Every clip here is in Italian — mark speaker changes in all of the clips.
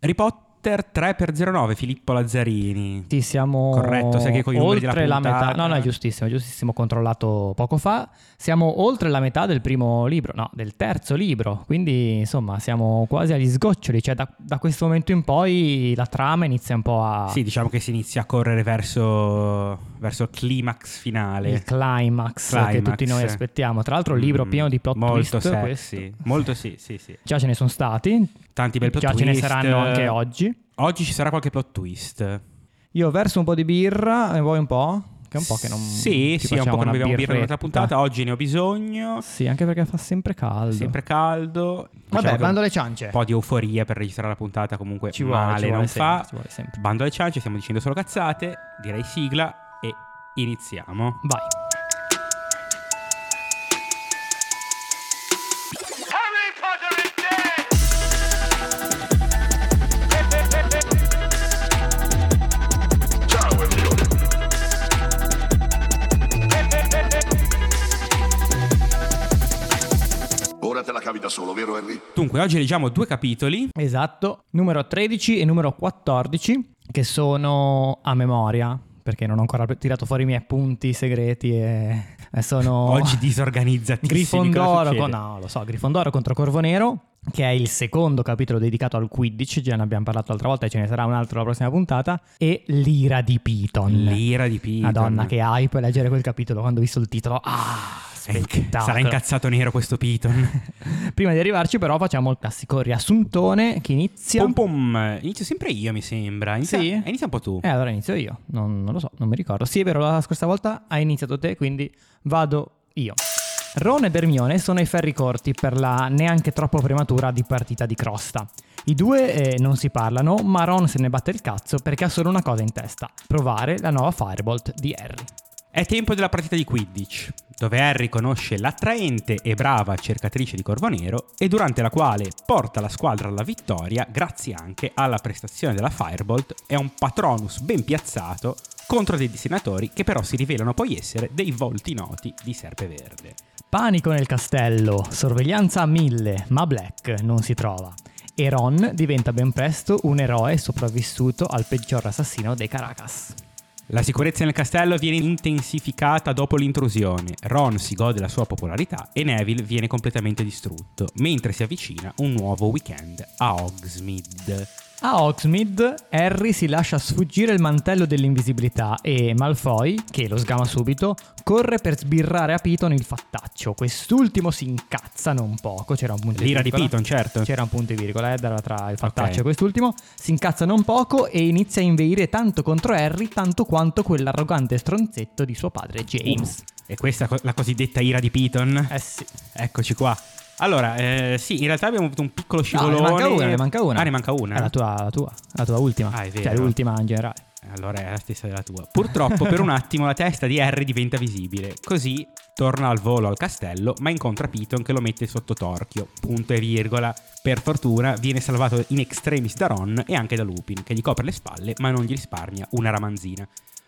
Speaker 1: Harry Potter 3x09, Filippo Lazzarini.
Speaker 2: Sì, siamo
Speaker 1: Corretto, sai che con i numeri della
Speaker 2: oltre la
Speaker 1: puntata-
Speaker 2: metà. No, no, è giustissimo, è giustissimo, controllato poco fa. Siamo oltre la metà del primo libro, no, del terzo libro. Quindi, insomma, siamo quasi agli sgoccioli. Cioè, da, da questo momento in poi la trama inizia un po' a
Speaker 1: Sì, diciamo che si inizia a correre verso, verso il climax finale.
Speaker 2: il climax, che
Speaker 1: Climax.
Speaker 2: tutti noi aspettiamo. Tra l'altro, un libro
Speaker 1: Mm,
Speaker 2: pieno di plot
Speaker 1: molto
Speaker 2: twist. questo.
Speaker 1: sexy. Molto sì, sì, sì.
Speaker 2: Già ce ne sono stati.
Speaker 1: Tanti bel plot
Speaker 2: Già ce ne
Speaker 1: twist.
Speaker 2: saranno anche oggi.
Speaker 1: Oggi ci sarà qualche plot twist.
Speaker 2: Io verso un po' di birra, ne vuoi un po'? Che è un po' che non
Speaker 1: Sì,
Speaker 2: ci
Speaker 1: sì, è un po'
Speaker 2: facciamo
Speaker 1: che non
Speaker 2: una
Speaker 1: beviamo birra durante
Speaker 2: birretta.
Speaker 1: la puntata. Oggi ne ho bisogno.
Speaker 2: Sì, anche perché fa sempre caldo.
Speaker 1: Sempre caldo. Diciamo
Speaker 2: Vabbè,
Speaker 1: che
Speaker 2: bando
Speaker 1: un
Speaker 2: alle ciance.
Speaker 1: po' di euforia per registrare la puntata. Comunque
Speaker 2: ci vuole,
Speaker 1: male
Speaker 2: ci vuole
Speaker 1: non
Speaker 2: sempre,
Speaker 1: fa.
Speaker 2: ci vuole sempre.
Speaker 1: Bando alle ciance, stiamo dicendo solo cazzate. Direi sigla e iniziamo.
Speaker 2: Vai.
Speaker 3: Harry Potter is dead! Hip, hip, hip, hip. Down with you. Hip, hip, hip, hip.
Speaker 4: Ora te la cavi da solo, vero Henry?
Speaker 1: Dunque, oggi leggiamo due capitoli.
Speaker 2: Esatto, numero 13 e numero 14 che sono a memoria perché non ho ancora tirato fuori i miei appunti segreti e, e sono
Speaker 1: Oggi disorganizzatissimi. cosa
Speaker 2: Grifondoro,
Speaker 1: succede?
Speaker 2: Oh. con- no, lo so, Grifondoro contro Corvo Nero, che è il secondo capitolo dedicato al Quidditch, già ne abbiamo parlato l'altra volta e ce ne sarà un altro la prossima puntata, e l'ira di Piton.
Speaker 1: L'ira di Piton.
Speaker 2: Madonna, che hype leggere quel capitolo quando ho visto il titolo. Ah,
Speaker 1: È inc-
Speaker 2: spettacolo.
Speaker 1: Eh, Sarà incazzato nero questo Piton.
Speaker 2: Prima di arrivarci però facciamo il classico riassuntone che inizia...
Speaker 1: Pom pom. Inizio sempre io, mi sembra. Inizia,
Speaker 2: Sì?
Speaker 1: eh, inizia un po' tu.
Speaker 2: Eh, allora inizio io. Non, non lo so, non mi ricordo. Sì, è vero, la scorsa volta hai iniziato te, quindi vado io. Ron ed Hermione sono ai ferri corti per la neanche troppo prematura di partita di crosta. I due eh, non si parlano, ma Ron se ne batte il cazzo perché ha solo una cosa in testa: provare la nuova Firebolt di Harry.
Speaker 1: È tempo della partita di Quidditch, dove Harry conosce l'attraente e brava cercatrice di Corvo Nero e durante la quale porta la squadra alla vittoria grazie anche alla prestazione della Firebolt e a un Patronus ben piazzato contro dei dissenatori che però si rivelano poi essere dei volti noti di Serpeverde.
Speaker 2: Panico nel castello, sorveglianza a mille, ma Black non si trova. E Ron diventa ben presto un eroe sopravvissuto al peggior assassino dei Caracas.
Speaker 1: La sicurezza nel castello viene intensificata dopo l'intrusione, Ron si gode la sua popolarità e Neville viene completamente distrutto, mentre si avvicina un nuovo weekend a Hogsmeade.
Speaker 2: A Hogsmeade, Harry si lascia sfuggire il mantello dell'invisibilità e Malfoy, che lo sgama subito, corre per sbirrare a Piton il fattaccio. Quest'ultimo si incazza non poco, c'era un punto
Speaker 1: L'ira
Speaker 2: e
Speaker 1: di
Speaker 2: virgola.
Speaker 1: Piton, certo.
Speaker 2: C'era un punto e virgola, eh, da- tra il fattaccio
Speaker 1: Ok.
Speaker 2: e quest'ultimo. Si incazza non poco e inizia a inveire tanto contro Harry, tanto quanto quell'arrogante stronzetto di suo padre James.
Speaker 1: E questa è co- la cosiddetta ira di Piton?
Speaker 2: Eh sì.
Speaker 1: Eccoci qua. Allora, eh, sì, in realtà abbiamo avuto un piccolo
Speaker 2: No,
Speaker 1: scivolone.
Speaker 2: ne manca una, ne manca una.
Speaker 1: Ah, ne manca una.
Speaker 2: È la tua, la tua, la tua ultima.
Speaker 1: Ah, è
Speaker 2: Cioè
Speaker 1: vero.
Speaker 2: l'ultima in generale.
Speaker 1: Allora è la stessa della tua. Purtroppo per un attimo la testa di Harry diventa visibile. Così torna al volo al castello, ma incontra Piton che lo mette sotto torchio. Punto e virgola. Per fortuna viene salvato in extremis da Ron e anche da Lupin, che gli copre le spalle, ma non gli risparmia una ramanzina.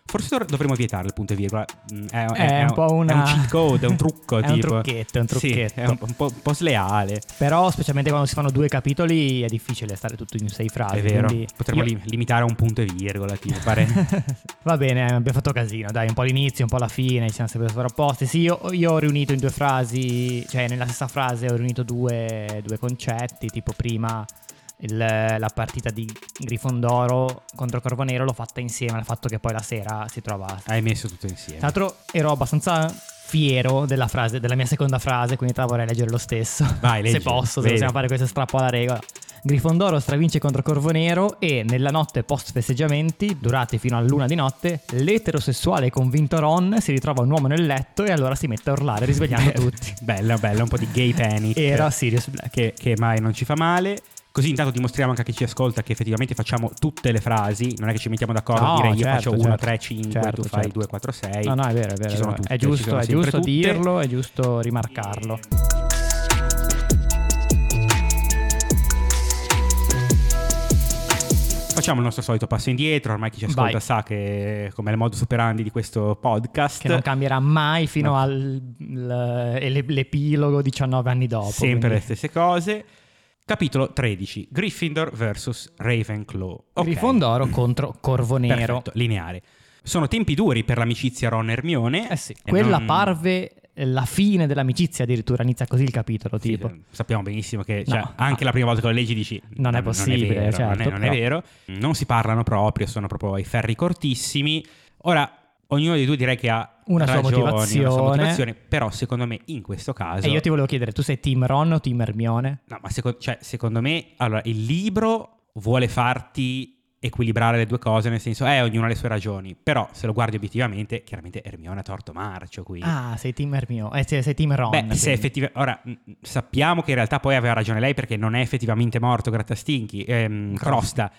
Speaker 1: Forse dov- dovremmo vietare il punto e virgola. Mm, È,
Speaker 2: È un po' una-
Speaker 1: È un cheat code, è un trucco.
Speaker 2: È un
Speaker 1: tipo.
Speaker 2: trucchetto, è un
Speaker 1: Sì,
Speaker 2: trucchetto.
Speaker 1: è un, un po', un po' sleale.
Speaker 2: Però, specialmente quando si fanno due capitoli, è difficile stare tutto in sei frasi.
Speaker 1: È vero.
Speaker 2: Ah, quindi
Speaker 1: Potremmo
Speaker 2: io-
Speaker 1: li- limitare a un punto e virgola, tipo, fare
Speaker 2: Va bene, eh, abbiamo fatto casino, dai, un po' l'inizio, un po' la fine, ci siamo sempre sovrapposti. Sì, io, io ho riunito in due frasi, cioè nella stessa frase ho riunito due, due concetti, tipo prima il- la partita di Grifondoro contro Corvo Nero l'ho fatta insieme al fatto che poi la sera si trova
Speaker 1: Hai messo tutto insieme.
Speaker 2: Tra l'altro ero abbastanza fiero della frase, della mia seconda frase, quindi te la vorrei leggere lo stesso.
Speaker 1: Vai, leggi,
Speaker 2: se posso, se
Speaker 1: vedi.
Speaker 2: possiamo fare questo strappo alla regola. Grifondoro stravince contro Corvo Nero e nella notte post festeggiamenti, durate fino a luna di notte, l'eterosessuale convinto Ron si ritrova un uomo nel letto e allora si mette a urlare risvegliando tutti.
Speaker 1: Bella, bella, un po' di gay panic.
Speaker 2: Era Sirius Black.
Speaker 1: che, che mai non ci fa male. Così intanto dimostriamo anche a chi ci ascolta che effettivamente facciamo tutte le frasi, non è che ci mettiamo d'accordo
Speaker 2: No,
Speaker 1: a dire io
Speaker 2: certo,
Speaker 1: faccio
Speaker 2: certo.
Speaker 1: 1, 3, 5,
Speaker 2: Certo,
Speaker 1: tu fai
Speaker 2: certo.
Speaker 1: 2, 4, 6.
Speaker 2: No, no, è vero, è vero.
Speaker 1: Ci
Speaker 2: è
Speaker 1: sono
Speaker 2: vero.
Speaker 1: tutte,
Speaker 2: è
Speaker 1: ci
Speaker 2: giusto,
Speaker 1: sono
Speaker 2: è
Speaker 1: sempre
Speaker 2: giusto
Speaker 1: tutte.
Speaker 2: dirlo, è giusto rimarcarlo.
Speaker 1: Facciamo il nostro solito passo indietro, ormai chi ci ascolta
Speaker 2: Vai.
Speaker 1: sa che come è il modus operandi di questo podcast.
Speaker 2: Che non cambierà mai fino
Speaker 1: No.
Speaker 2: all'epilogo 19 anni dopo.
Speaker 1: Sempre
Speaker 2: quindi-
Speaker 1: le stesse cose. Capitolo 13. Gryffindor vs Ravenclaw. Ok.
Speaker 2: Grifondoro contro Corvo Nero.
Speaker 1: Perfetto, lineare. Sono tempi duri per l'amicizia Ron e Hermione.
Speaker 2: Eh sì,
Speaker 1: e
Speaker 2: quella
Speaker 1: non-
Speaker 2: parve la fine dell'amicizia addirittura, inizia così il capitolo,
Speaker 1: Sì,
Speaker 2: tipo.
Speaker 1: eh, sappiamo benissimo che cioè,
Speaker 2: No.
Speaker 1: anche la prima volta che lo leggi dici
Speaker 2: Non è possibile,
Speaker 1: non è, vero, non, è,
Speaker 2: certo,
Speaker 1: non è
Speaker 2: però-
Speaker 1: vero non si parlano proprio sono proprio i ferri cortissimi ora ognuno dei due direi che ha
Speaker 2: Una sua
Speaker 1: ragioni, una sua
Speaker 2: motivazione.
Speaker 1: motivazione però secondo me in questo caso
Speaker 2: E io ti volevo chiedere, tu sei team Ron o team Hermione?
Speaker 1: No, ma seco- cioè, secondo me, allora, il libro vuole farti equilibrare le due cose, nel senso, eh, ognuno ha le sue ragioni, però se lo guardi obiettivamente, chiaramente Hermione ha torto marcio qui.
Speaker 2: Ah, sei team Hermione, eh, sei, sei team Ron.
Speaker 1: Beh, se
Speaker 2: quindi.
Speaker 1: effettivamente... Ora, mh, sappiamo che in realtà poi aveva ragione lei perché non è effettivamente morto Grattastinchi, ehm, Crosta,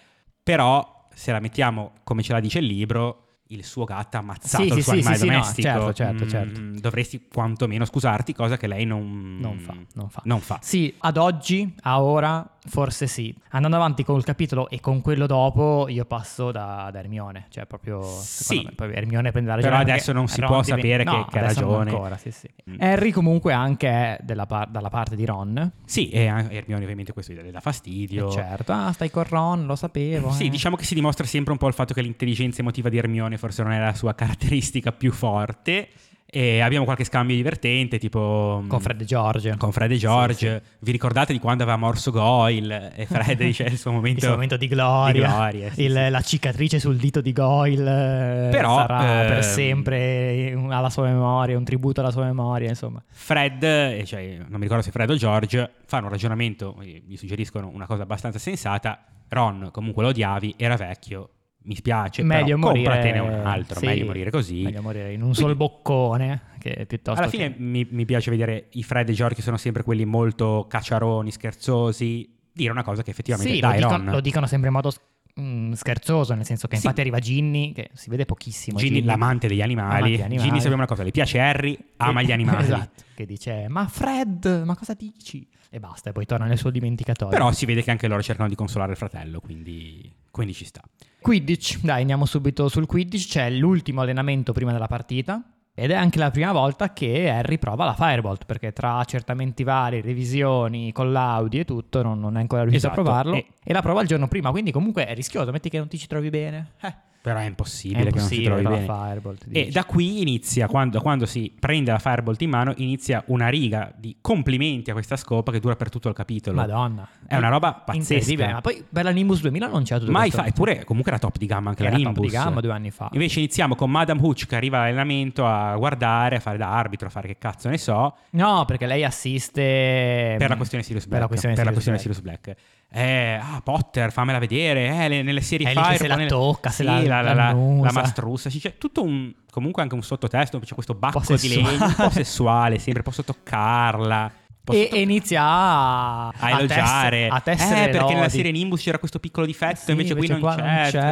Speaker 1: però se la mettiamo come ce la dice il libro... Il suo gatto ha ammazzato
Speaker 2: Sì,
Speaker 1: il
Speaker 2: sì,
Speaker 1: suo
Speaker 2: sì,
Speaker 1: animale
Speaker 2: sì, sì, no,
Speaker 1: domestico.
Speaker 2: certo, certo,
Speaker 1: Mm,
Speaker 2: certo.
Speaker 1: Dovresti quantomeno scusarti, cosa che lei non,
Speaker 2: Non fa, non fa.
Speaker 1: Non fa.
Speaker 2: Sì, ad oggi, a ora, forse sì. Andando avanti col capitolo e con quello dopo, io passo da, da Hermione. Cioè, proprio... secondo
Speaker 1: Sì.
Speaker 2: me, poi Hermione prende la
Speaker 1: Però
Speaker 2: ragione.
Speaker 1: adesso
Speaker 2: perché
Speaker 1: non si
Speaker 2: Ron
Speaker 1: può
Speaker 2: diven-
Speaker 1: sapere
Speaker 2: No,
Speaker 1: che- che ha
Speaker 2: adesso non
Speaker 1: ragione.
Speaker 2: ancora, sì, sì.
Speaker 1: Mm.
Speaker 2: Harry comunque anche è della par- dalla parte di Ron.
Speaker 1: Sì, e a Hermione ovviamente questo le dà fastidio.
Speaker 2: Eh, certo, ah, stai con Ron, lo sapevo.
Speaker 1: Sì,
Speaker 2: eh.
Speaker 1: diciamo che si dimostra sempre un po' il fatto che l'intelligenza emotiva di Hermione forse non è la sua caratteristica più forte. E abbiamo qualche scambio divertente, tipo mm,
Speaker 2: Con Fred e George.
Speaker 1: con Fred e George. Vi ricordate di quando aveva morso Goyle e Fred dice il suo momento,
Speaker 2: Il suo momento di gloria,
Speaker 1: di gloria, sì,
Speaker 2: il-
Speaker 1: sì.
Speaker 2: la cicatrice sul dito di Goyle eh,
Speaker 1: Però,
Speaker 2: sarà
Speaker 1: ehm,
Speaker 2: per sempre un- alla sua memoria, un tributo alla sua memoria, insomma.
Speaker 1: Fred, eh, cioè non mi ricordo se Fred o George, fanno un ragionamento, eh, gli suggeriscono una cosa abbastanza sensata. Ron comunque lo odiavi, era vecchio, mi spiace,
Speaker 2: meglio
Speaker 1: Cioè, però
Speaker 2: morire
Speaker 1: compratene un altro,
Speaker 2: sì,
Speaker 1: meglio morire così.
Speaker 2: meglio morire in un sol boccone che piuttosto
Speaker 1: Alla fine
Speaker 2: che-
Speaker 1: mi, mi piace vedere i Fred e George che sono sempre quelli molto cacciaroni, scherzosi, dire una cosa che effettivamente
Speaker 2: Sì, lo,
Speaker 1: dai,
Speaker 2: dicono,
Speaker 1: Ron.
Speaker 2: lo dicono sempre in modo s- mm, scherzoso, nel senso che
Speaker 1: Sì.
Speaker 2: infatti arriva Ginny che si vede pochissimo.
Speaker 1: Ginny, l'amante degli animali.
Speaker 2: Amante degli animali.
Speaker 1: Ginny sappiamo una cosa, le piace Harry, ama gli animali.
Speaker 2: Esatto, che dice "Ma Fred, ma cosa dici?" E basta, e poi torna nel suo dimenticatoio.
Speaker 1: Però si vede che anche loro cercano di consolare il fratello, quindi, quindi ci sta.
Speaker 2: Quidditch, dai, andiamo subito sul Quidditch, c'è l'ultimo allenamento prima della partita ed è anche la prima volta che Harry prova la Firebolt perché tra accertamenti vari, revisioni, collaudi e tutto non, non è ancora riuscito
Speaker 1: Esatto,
Speaker 2: a provarlo
Speaker 1: e-
Speaker 2: e... la prova il giorno prima, quindi comunque è rischioso, metti che non ti ci trovi bene. Eh,
Speaker 1: Però è
Speaker 2: è
Speaker 1: impossibile,
Speaker 2: impossibile
Speaker 1: che non si
Speaker 2: con
Speaker 1: trovi
Speaker 2: la
Speaker 1: bene.
Speaker 2: Firebolt.
Speaker 1: E
Speaker 2: dici.
Speaker 1: da qui inizia, quando, quando si prende la Firebolt in mano, inizia una riga di complimenti a questa scopa che dura per tutto il capitolo.
Speaker 2: Madonna.
Speaker 1: È una roba pazzesca.
Speaker 2: Incredibile, ma poi per la Nimbus 2000 non c'è tutto
Speaker 1: Mai
Speaker 2: questo.
Speaker 1: fa, eppure comunque era top di gamma anche
Speaker 2: Era
Speaker 1: la
Speaker 2: top
Speaker 1: Nimbus.
Speaker 2: di gamma due anni fa.
Speaker 1: Invece iniziamo con Madame Hooch che arriva all'allenamento a guardare, a fare da arbitro, a fare che cazzo ne so,
Speaker 2: No, perché lei assiste mm,
Speaker 1: per la questione Sirius Black.
Speaker 2: Per la questione
Speaker 1: Sirius
Speaker 2: Sirius Black.
Speaker 1: Black. Eh, ah, Potter, fammela vedere, eh, le- nelle serie
Speaker 2: È lì che
Speaker 1: Fire...
Speaker 2: se la
Speaker 1: nelle-
Speaker 2: tocca,
Speaker 1: Sì,
Speaker 2: se la-
Speaker 1: la, la,
Speaker 2: l'annusa.
Speaker 1: mastrussa, sì, c'è tutto un... comunque anche un sottotesto, c'è questo bacco di legno,
Speaker 2: sessuale.
Speaker 1: un po' sessuale, sempre, posso toccarla... posso
Speaker 2: e,
Speaker 1: to-
Speaker 2: e inizia a,
Speaker 1: a elogiare
Speaker 2: tess- a tessere
Speaker 1: eh, perché nella
Speaker 2: lodi.
Speaker 1: serie Nimbus c'era questo piccolo difetto
Speaker 2: Sì,
Speaker 1: invece, qui non
Speaker 2: qua
Speaker 1: c'è, cioè,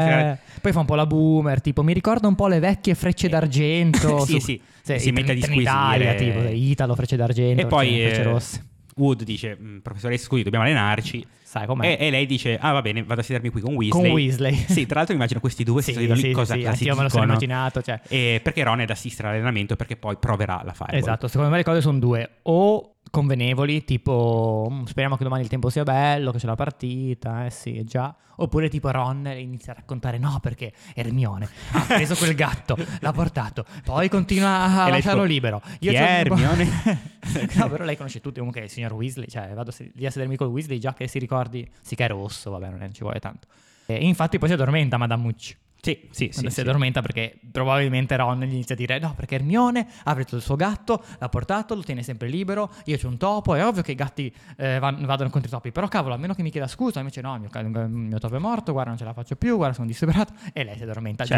Speaker 2: Poi fa un po' la boomer, tipo mi ricorda un po' le vecchie frecce d'argento.
Speaker 1: Sì, sì.
Speaker 2: se-
Speaker 1: Si
Speaker 2: in-
Speaker 1: mette a
Speaker 2: in
Speaker 1: disquisire.
Speaker 2: Italia, tipo Italo, frecce d'argento, cioè,
Speaker 1: E poi
Speaker 2: frecce
Speaker 1: eh,
Speaker 2: rosse.
Speaker 1: Wood dice, "Mm, professoressa, scusi, dobbiamo allenarci.
Speaker 2: Sai com'è?
Speaker 1: E, e lei dice, ah va bene, vado a sedermi qui con Weasley.
Speaker 2: Con Weasley.
Speaker 1: sì, tra l'altro immagino questi due si
Speaker 2: Sì,
Speaker 1: sedono lì,
Speaker 2: sì,
Speaker 1: cosa
Speaker 2: sì,
Speaker 1: cosa si
Speaker 2: anch'io me lo sono
Speaker 1: dicono.
Speaker 2: immaginato, cioè.
Speaker 1: E perché Ron è ad assistere all'allenamento perché poi proverà la Fireball.
Speaker 2: Esatto, secondo me le cose sono due. O convenevoli, tipo "Mm, speriamo che domani il tempo sia bello, che c'è la partita, eh sì, già. Oppure tipo Ron inizia a raccontare no perché Hermione ha preso quel gatto, l'ha portato, poi continua a
Speaker 1: E lei
Speaker 2: lasciarlo
Speaker 1: tipo,
Speaker 2: libero.
Speaker 1: "Chi
Speaker 2: sono
Speaker 1: è
Speaker 2: tipo-"
Speaker 1: Hermione?
Speaker 2: no, però lei conosce tutti comunque il signor Weasley, cioè vado a sed- lì a sedermi con Weasley già che si ricordi, sì che è rosso, vabbè non è- non ci vuole tanto. E infatti poi si addormenta Madame Mucci
Speaker 1: Sì, sì, sì.
Speaker 2: quando si
Speaker 1: sì.
Speaker 2: addormenta perché probabilmente Ron gli inizia a dire no perché Hermione ha preso il suo gatto, l'ha portato, lo tiene sempre libero, io c'ho un topo, è ovvio che i gatti eh, van- vadano contro i topi, però cavolo a meno che mi chieda scusa, invece no, il mio, ca- il mio topo è morto, guarda non ce la faccio più, guarda sono disperato e lei si addormenta
Speaker 1: Cioè,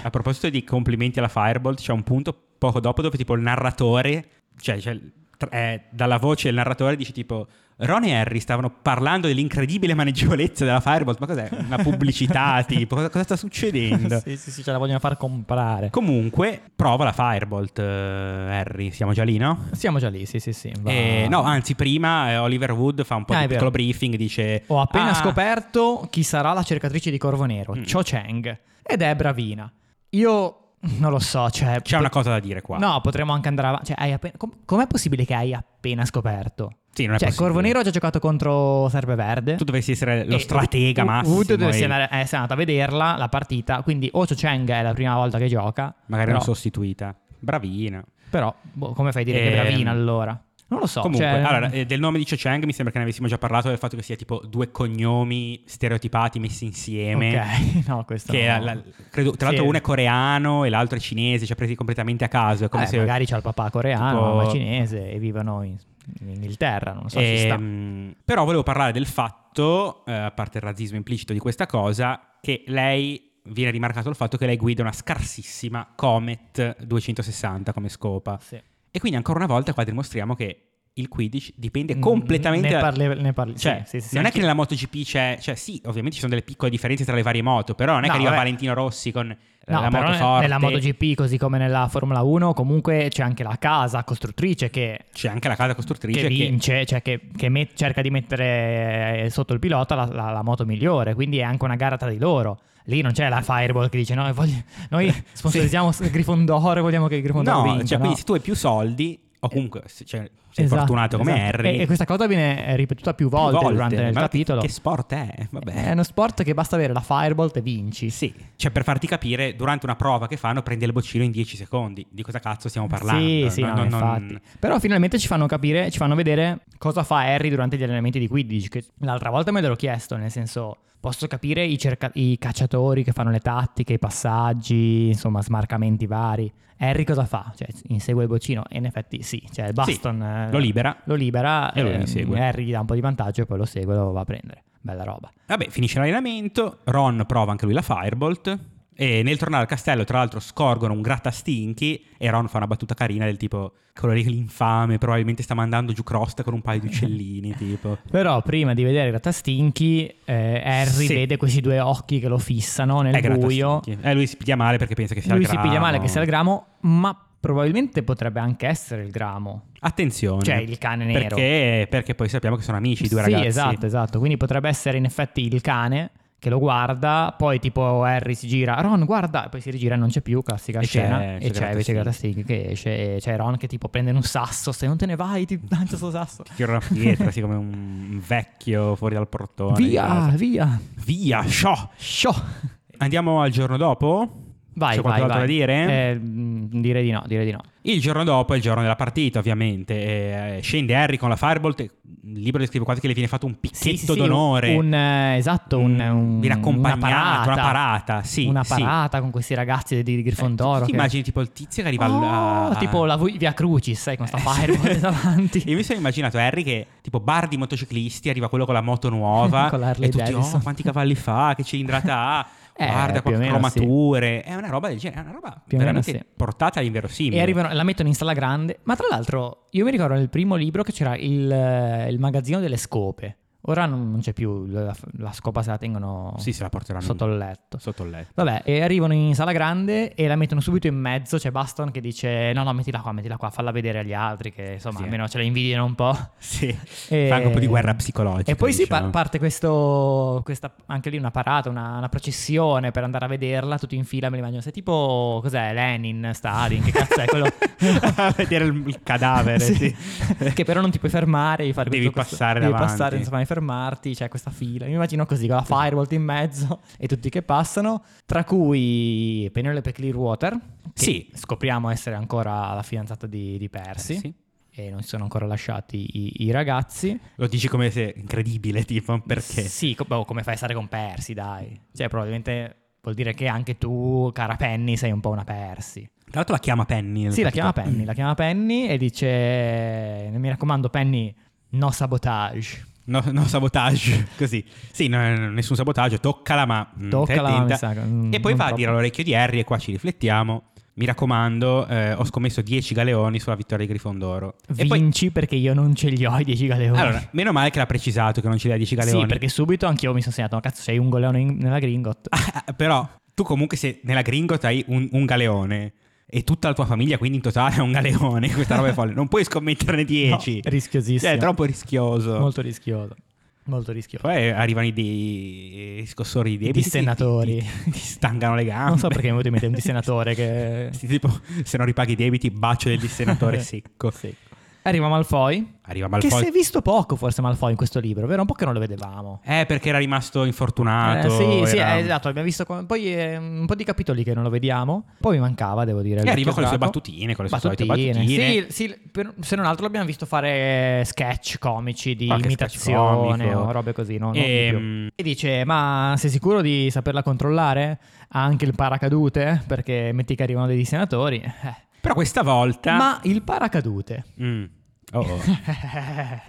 Speaker 1: A proposito di complimenti alla Firebolt, c'è un punto poco dopo dove tipo il narratore, cioè, cioè, tra- eh, dalla voce il narratore dice tipo Ron e Harry stavano parlando dell'incredibile maneggevolezza della Firebolt, ma cos'è? Una pubblicità tipo, cosa, cosa sta succedendo?
Speaker 2: sì, sì, sì, ce la vogliono far comprare.
Speaker 1: Comunque prova la Firebolt, eh, Harry, siamo già lì, no?
Speaker 2: Siamo già lì, sì, sì, sì. va-
Speaker 1: Eh, no, anzi, prima eh, Oliver Wood fa un po'
Speaker 2: Ah,
Speaker 1: di
Speaker 2: è vero.
Speaker 1: piccolo briefing, dice...
Speaker 2: Ho appena
Speaker 1: "Ah, Mm.
Speaker 2: scoperto chi sarà la cercatrice di Corvo Nero, Cho Chang, ed è bravina. Io Non lo so, cioè...
Speaker 1: C'è una cosa da dire qua.
Speaker 2: No, potremmo anche andare avanti. Cioè, hai appena... com- com'è possibile che hai appena scoperto?
Speaker 1: Sì, non è
Speaker 2: cioè,
Speaker 1: possibile.
Speaker 2: Corvo Nero ha già giocato contro Serpeverde.
Speaker 1: Tu dovresti essere lo
Speaker 2: E
Speaker 1: stratega
Speaker 2: Wood-
Speaker 1: massimo.
Speaker 2: Wood deve-
Speaker 1: e
Speaker 2: si è andare- eh, si è andato a vederla la partita. Quindi, o Cho Cheng è la prima volta che gioca.
Speaker 1: Magari
Speaker 2: però,
Speaker 1: una sostituita. Bravina.
Speaker 2: però, boh, come fai a dire che è
Speaker 1: Ehm,
Speaker 2: bravina allora? Non lo so.
Speaker 1: Comunque,
Speaker 2: cioè-
Speaker 1: allora, eh, del nome di Cho Chang mi sembra che ne avessimo già parlato del fatto che sia tipo due cognomi stereotipati messi insieme.
Speaker 2: Ok, no, questo
Speaker 1: Che
Speaker 2: no.
Speaker 1: la- la- credo- tra l'altro
Speaker 2: Sì.
Speaker 1: uno è coreano e l'altro è cinese, ci ha presi completamente a caso. È come
Speaker 2: Eh,
Speaker 1: se
Speaker 2: magari c'ha il papà coreano,
Speaker 1: tipo-
Speaker 2: la mamma cinese e vivono in, in Inghilterra, non lo so, ci sta.
Speaker 1: Ehm, però volevo parlare del fatto, eh, a parte il razzismo implicito di questa cosa, che lei viene rimarcato il fatto che lei guida una scarsissima Comet 260 come scopa.
Speaker 2: Sì.
Speaker 1: E quindi ancora una volta qua dimostriamo che il Quidditch dipende
Speaker 2: Mm,
Speaker 1: completamente
Speaker 2: ne
Speaker 1: da-
Speaker 2: parle- ne parli-
Speaker 1: cioè,
Speaker 2: sì, sì, sì,
Speaker 1: non è
Speaker 2: anche-
Speaker 1: che nella MotoGP c'è, cioè sì, ovviamente ci sono delle piccole differenze tra le varie moto, però non è
Speaker 2: No,
Speaker 1: che arriva
Speaker 2: vabbè.
Speaker 1: Valentino Rossi con eh,
Speaker 2: No,
Speaker 1: la
Speaker 2: però
Speaker 1: moto
Speaker 2: ne-
Speaker 1: forte.
Speaker 2: nella MotoGP, così come nella Formula 1, comunque c'è anche la casa costruttrice che,
Speaker 1: C'è anche la casa
Speaker 2: che
Speaker 1: costruttrice che,
Speaker 2: vince, cioè che, che met- cerca di mettere eh, sotto il pilota la, la- la moto migliore, quindi è anche una gara tra di loro. Lì non c'è la Fireball che dice: No, voglio- noi sponsorizziamo Grifondoro e vogliamo che il Grifondoro
Speaker 1: No,
Speaker 2: vinca.
Speaker 1: cioè,
Speaker 2: no.
Speaker 1: quindi se tu hai più soldi, o comunque se- cioè, sei
Speaker 2: Esatto,
Speaker 1: fortunato come
Speaker 2: esatto.
Speaker 1: Harry,
Speaker 2: E, e questa cosa viene eh, ripetuta più
Speaker 1: più
Speaker 2: volte, durante il
Speaker 1: ma
Speaker 2: capitolo.
Speaker 1: Che sport è? Vabbè.
Speaker 2: È uno sport che basta avere la Firebolt e vinci.
Speaker 1: Sì, cioè per farti capire, durante una prova che fanno prende il boccino in 10 secondi. Di cosa cazzo stiamo parlando?
Speaker 2: Sì, sì,
Speaker 1: No,
Speaker 2: no,
Speaker 1: no, no,
Speaker 2: infatti. Però finalmente ci fanno capire, ci fanno vedere cosa fa Harry durante gli allenamenti di Quidditch. Che l'altra volta me l'ero chiesto, nel senso, posso capire i, cerca- i cacciatori che fanno le tattiche, i passaggi, insomma, smarcamenti vari. Harry cosa fa? Cioè, insegue il boccino? E in effetti sì, cioè il Baston eh,
Speaker 1: lo libera.
Speaker 2: Lo libera,
Speaker 1: E lui lo
Speaker 2: ehm,
Speaker 1: insegue.
Speaker 2: Harry gli dà un po' di vantaggio e poi lo segue e lo va a prendere. Bella roba.
Speaker 1: Vabbè, finisce l'allenamento, Ron prova anche lui la Firebolt e nel tornare al castello tra l'altro scorgono un grattastinchi e Ron fa una battuta carina del tipo quello lì l'infame probabilmente sta mandando giù crosta con un paio di uccellini tipo.
Speaker 2: Però prima di vedere Grattastinchi, eh, Harry
Speaker 1: Sì.
Speaker 2: vede questi due occhi che lo fissano nel
Speaker 1: È
Speaker 2: buio.
Speaker 1: grattastinchi. Eh, lui si piglia male perché pensa che sia
Speaker 2: Lui
Speaker 1: il
Speaker 2: si
Speaker 1: grano.
Speaker 2: piglia male che sia il gramo, ma probabilmente potrebbe anche essere il gramo.
Speaker 1: Attenzione.
Speaker 2: Cioè, il cane nero.
Speaker 1: Perché, perché poi sappiamo che sono amici i due
Speaker 2: sì,
Speaker 1: ragazzi.
Speaker 2: esatto, esatto. Quindi potrebbe essere in effetti il cane che lo guarda, poi tipo Harry si gira, Ron guarda, e poi si rigira e non c'è più, classica
Speaker 1: E
Speaker 2: scena,
Speaker 1: c'è- c'è
Speaker 2: e c'è
Speaker 1: Grattastinchi.
Speaker 2: invece Grattastinchi che esce, e c'è Ron che tipo prende un sasso, se non te ne vai ti lancio sto sasso.
Speaker 1: Tira una pietra, sì, come un vecchio fuori dal portone. di
Speaker 2: Via,
Speaker 1: casa.
Speaker 2: via.
Speaker 1: Via, sciò!
Speaker 2: Sciò.
Speaker 1: Andiamo al giorno dopo?
Speaker 2: Vai,
Speaker 1: C'è
Speaker 2: vai,
Speaker 1: qualcos'altro
Speaker 2: vai.
Speaker 1: da dire?
Speaker 2: Eh, mh, direi di no, direi di no.
Speaker 1: Il giorno dopo è il giorno della partita, ovviamente. eh, scende Harry con la Firebolt. e Il libro descrive quasi che le viene fatto un picchetto
Speaker 2: Sì, sì, sì,
Speaker 1: d'onore. Mm,
Speaker 2: Un, eh, esatto, un, un-
Speaker 1: viene accompagnato,
Speaker 2: una parata,
Speaker 1: ecco, una parata, sì,
Speaker 2: Una
Speaker 1: sì.
Speaker 2: parata con questi ragazzi di, di
Speaker 1: Eh,
Speaker 2: Grifondoro.
Speaker 1: tu ti
Speaker 2: che-
Speaker 1: immagini tipo il tizio che arriva al-
Speaker 2: Oh,
Speaker 1: a- a-
Speaker 2: tipo la Vu- via Crucis, sai, con sta fireball
Speaker 1: Eh, Io
Speaker 2: davanti.
Speaker 1: mi sono immaginato Harry che tipo bar di motociclisti, arriva quello con la moto nuova
Speaker 2: Con la Harley
Speaker 1: e tutti oh
Speaker 2: Davidson."
Speaker 1: quanti cavalli fa, che cilindrata ha,
Speaker 2: Eh,
Speaker 1: guarda
Speaker 2: più o
Speaker 1: quante
Speaker 2: meno sì.
Speaker 1: cromature, è una roba del genere, è una roba
Speaker 2: Più o meno
Speaker 1: veramente
Speaker 2: sì.
Speaker 1: portata all'inverosimile.
Speaker 2: E arrivano, la mettono in sala grande. Ma tra l'altro, io mi ricordo nel primo libro che c'era il, eh, il magazzino delle scope. Ora non, non c'è più, la, la scopa se la tengono
Speaker 1: Sì, se la porteranno
Speaker 2: sotto
Speaker 1: in-
Speaker 2: il letto.
Speaker 1: sotto il letto.
Speaker 2: Vabbè, e arrivano in sala grande e la mettono subito in mezzo. C'è Baston che dice: No, no, mettila qua, mettila qua, falla vedere agli altri. Che insomma,
Speaker 1: Sì.
Speaker 2: almeno ce la invidiano un po'.
Speaker 1: Sì,
Speaker 2: E-
Speaker 1: fa anche un po' di guerra psicologica.
Speaker 2: Eh, E poi si
Speaker 1: diciamo.
Speaker 2: par- parte questo, questa, anche lì una parata, una, una processione per andare a vederla, tutti in fila, me li immagino. Sei tipo, cos'è, Lenin, Stalin, che cazzo è quello?
Speaker 1: a vedere il, il cadavere,
Speaker 2: Sì.
Speaker 1: sì.
Speaker 2: che però non ti puoi fermare, devi fare
Speaker 1: Devi
Speaker 2: questo- questo-
Speaker 1: passare
Speaker 2: devi
Speaker 1: davanti.
Speaker 2: passare, insomma, devi fermarti, c'è questa fila. Mi immagino così, con la firewall in mezzo e tutti che passano, tra cui Penelope Clearwater, che
Speaker 1: Sì. Eh
Speaker 2: scopriamo essere ancora la fidanzata di, di Percy.
Speaker 1: Sì.
Speaker 2: E non si sono ancora lasciati i- i ragazzi.
Speaker 1: Lo dici come se incredibile, tipo, perché?
Speaker 2: Sì, co- boh, come fai a stare con Persi, dai. Cioè, probabilmente vuol dire che anche tu, cara Penny, sei un po' una Persi.
Speaker 1: Tra l'altro la chiama Penny. nel
Speaker 2: Sì, la chiama
Speaker 1: capitolo.
Speaker 2: Penny, la chiama Penny e dice, mi raccomando Penny, no sabotage.
Speaker 1: No, no sabotage, così. Sì, no, no, nessun sabotaggio, toccala ma... mm,
Speaker 2: Toccala,
Speaker 1: stai attenta.
Speaker 2: mi sa che, mm,
Speaker 1: E poi
Speaker 2: non
Speaker 1: va a
Speaker 2: troppo.
Speaker 1: dire all'orecchio di Harry e qua ci riflettiamo. Mi raccomando, eh, ho scommesso 10 galeoni sulla vittoria di Grifondoro. E poi...
Speaker 2: Vinci perché io non ce li ho i 10 galeoni.
Speaker 1: Allora, meno male che l'ha precisato che non ci dà 10 galeoni.
Speaker 2: sì, perché subito anch'io mi sono segnato, ma cazzo, c'hai un goleone in- nella Gringot.
Speaker 1: Ah, Però tu comunque se nella Gringot hai un, un galeone e tutta la tua famiglia quindi in totale è un galeone, questa roba è folle. Non puoi scommetterne 10.
Speaker 2: No, rischiosissimo.
Speaker 1: Cioè, è troppo rischioso.
Speaker 2: Molto rischioso. Molto rischioso.
Speaker 1: Poi arrivano i, dei- i scossori di debiti, ti-
Speaker 2: dissennatori.
Speaker 1: Ti, ti- ti stangano le gambe.
Speaker 2: Non so perché mi è venuto in mente un dissenatore che-
Speaker 1: Sì, tipo, se non ripaghi i debiti, bacio del dissenatore secco.
Speaker 2: Arriva Malfoy.
Speaker 1: Arriva
Speaker 2: Che
Speaker 1: Ecco. Malfoy.
Speaker 2: si è visto poco forse Malfoy in questo libro, vero? Un po' che non lo vedevamo.
Speaker 1: Eh, perché era rimasto infortunato.
Speaker 2: Eh, sì, sì,
Speaker 1: Ah, era-
Speaker 2: eh, esatto, abbiamo visto come- poi eh, un po' di capitoli che non lo vediamo. Poi mi mancava, devo dire. il
Speaker 1: E arriva
Speaker 2: vecchio
Speaker 1: con le sue
Speaker 2: drago.
Speaker 1: battutine, con le sue solite battutine.
Speaker 2: Sì, sì, per- se non altro l'abbiamo visto fare sketch comici di
Speaker 1: Qualche
Speaker 2: imitazione
Speaker 1: sketch comico.
Speaker 2: o robe così, no? Non di
Speaker 1: Ehm,
Speaker 2: più. E dice, ma sei sicuro di saperla controllare? Ha anche il paracadute? Perché metti che arrivano dei senatori. eh.
Speaker 1: Però questa volta...
Speaker 2: Ma il paracadute.
Speaker 1: Mm. Oh, oh.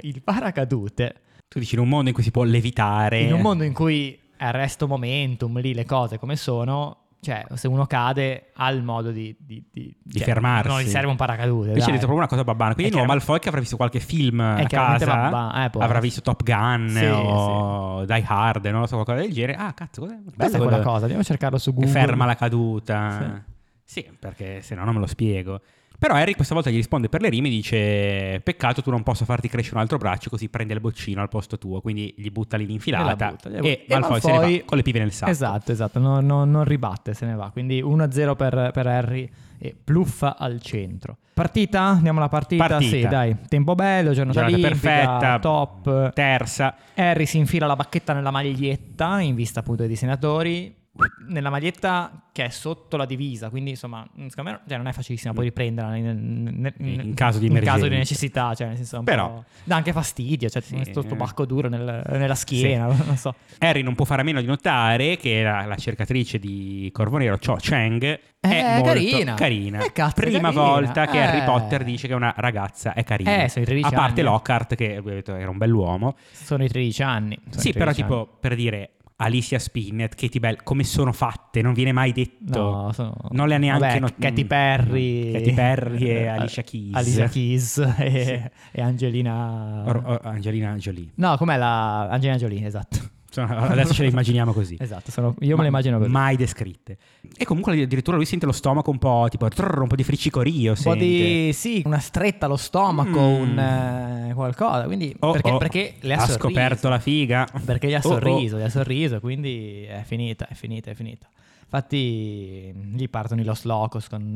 Speaker 2: il paracadute.
Speaker 1: tu dici in un mondo in cui si può levitare...
Speaker 2: In un mondo in cui arresto momentum, lì le cose come sono, cioè se uno cade ha il modo di, di, di-
Speaker 1: Di
Speaker 2: cioè,
Speaker 1: fermarsi.
Speaker 2: Non gli serve un paracadute.
Speaker 1: Invece
Speaker 2: dai.
Speaker 1: è proprio una cosa babbana. Quindi
Speaker 2: È
Speaker 1: di nuovo
Speaker 2: chiaro-
Speaker 1: Malfoy che avrà visto qualche film a
Speaker 2: Eh, chiaramente
Speaker 1: casa,
Speaker 2: babba- eh, può
Speaker 1: avrà
Speaker 2: essere.
Speaker 1: visto Top Gun
Speaker 2: Sì,
Speaker 1: o Die Hard, non lo so, qualcosa del genere. Ah, cazzo, cos'è?
Speaker 2: Questa
Speaker 1: Bella
Speaker 2: è quella
Speaker 1: cosa.
Speaker 2: cosa, andiamo a cercarlo su
Speaker 1: Che
Speaker 2: Google.
Speaker 1: ferma la caduta. Sì. perché se no non me lo spiego. Però Harry questa volta gli risponde per le rime e dice peccato tu non possa farti crescere un altro braccio così prende il boccino al posto tuo. Quindi gli butta lì
Speaker 2: E la
Speaker 1: l'infilata
Speaker 2: butta,
Speaker 1: e,
Speaker 2: gliela butta. E
Speaker 1: Malfoy, se ne
Speaker 2: Malfoy-
Speaker 1: va con le pive nel sacco.
Speaker 2: Esatto, esatto, non, non- non ribatte, se ne va. Quindi 1-0 per, per Harry e pluffa al centro. Partita? Andiamo alla partita?
Speaker 1: Partita.
Speaker 2: Sì, dai. Tempo bello, giornata,
Speaker 1: Giornata
Speaker 2: limpida,
Speaker 1: perfetta,
Speaker 2: top.
Speaker 1: terza.
Speaker 2: Harry si infila la bacchetta nella maglietta in vista appunto dei senatori. Nella maglietta che è sotto la divisa, quindi insomma, secondo me cioè, non è facilissimo poi riprenderla in,
Speaker 1: In caso di
Speaker 2: in caso
Speaker 1: emergenza.
Speaker 2: di necessità, cioè nel senso è un
Speaker 1: Però-
Speaker 2: po'- dà anche fastidio, cioè
Speaker 1: Sì.
Speaker 2: questo tobacco duro nel- nella schiena, non so.
Speaker 1: Harry non può fare a meno di notare che la, la cercatrice di Corvo Nero, Cho Chang, è
Speaker 2: Eh,
Speaker 1: molto
Speaker 2: carina. Eh, cazzo, è
Speaker 1: Prima
Speaker 2: carina.
Speaker 1: volta che
Speaker 2: Eh.
Speaker 1: Harry Potter dice che una ragazza è carina.
Speaker 2: Eh, sono i 13
Speaker 1: a parte
Speaker 2: anni.
Speaker 1: Lockhart, che lui ha detto era un bell'uomo.
Speaker 2: Sono i 13 anni. sono
Speaker 1: sì,
Speaker 2: i
Speaker 1: però
Speaker 2: 13
Speaker 1: tipo, per dire, Alicia Spinnet, Katie Bell, come sono fatte? Non viene mai detto.
Speaker 2: No, sono-
Speaker 1: Non le ha neanche...
Speaker 2: Vabbè,
Speaker 1: not-
Speaker 2: Katy
Speaker 1: mm.
Speaker 2: Perry.
Speaker 1: Katy Perry e
Speaker 2: Eh,
Speaker 1: Alicia Keys.
Speaker 2: Alicia Keys e, e Angelina...
Speaker 1: Or- or- Angelina Jolie.
Speaker 2: No, com'è la... Angelina Jolie, esatto.
Speaker 1: Sono- adesso ce le immaginiamo così.
Speaker 2: Esatto, sono- io
Speaker 1: Ma-
Speaker 2: me le immagino così.
Speaker 1: Mai descritte. E comunque addirittura lui sente lo stomaco un po' tipo trrr, un po' di friccicorio.
Speaker 2: un po'
Speaker 1: sente.
Speaker 2: di sì, una stretta allo stomaco,
Speaker 1: Mm.
Speaker 2: un eh, qualcosa. Quindi,
Speaker 1: Oh,
Speaker 2: perché,
Speaker 1: oh,
Speaker 2: perché le ha, sorriso.
Speaker 1: scoperto la figa.
Speaker 2: Perché gli ha
Speaker 1: Oh, oh.
Speaker 2: sorriso, gli ha sorriso, quindi è finita, è finita, è finita. Infatti mm, gli partono i Los Locos con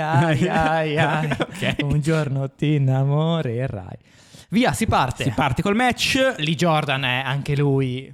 Speaker 2: ai ai ai,
Speaker 1: Ok.
Speaker 2: un giorno ti innamorerai. Via, si parte.
Speaker 1: Si parte col match.
Speaker 2: Lì Jordan è anche lui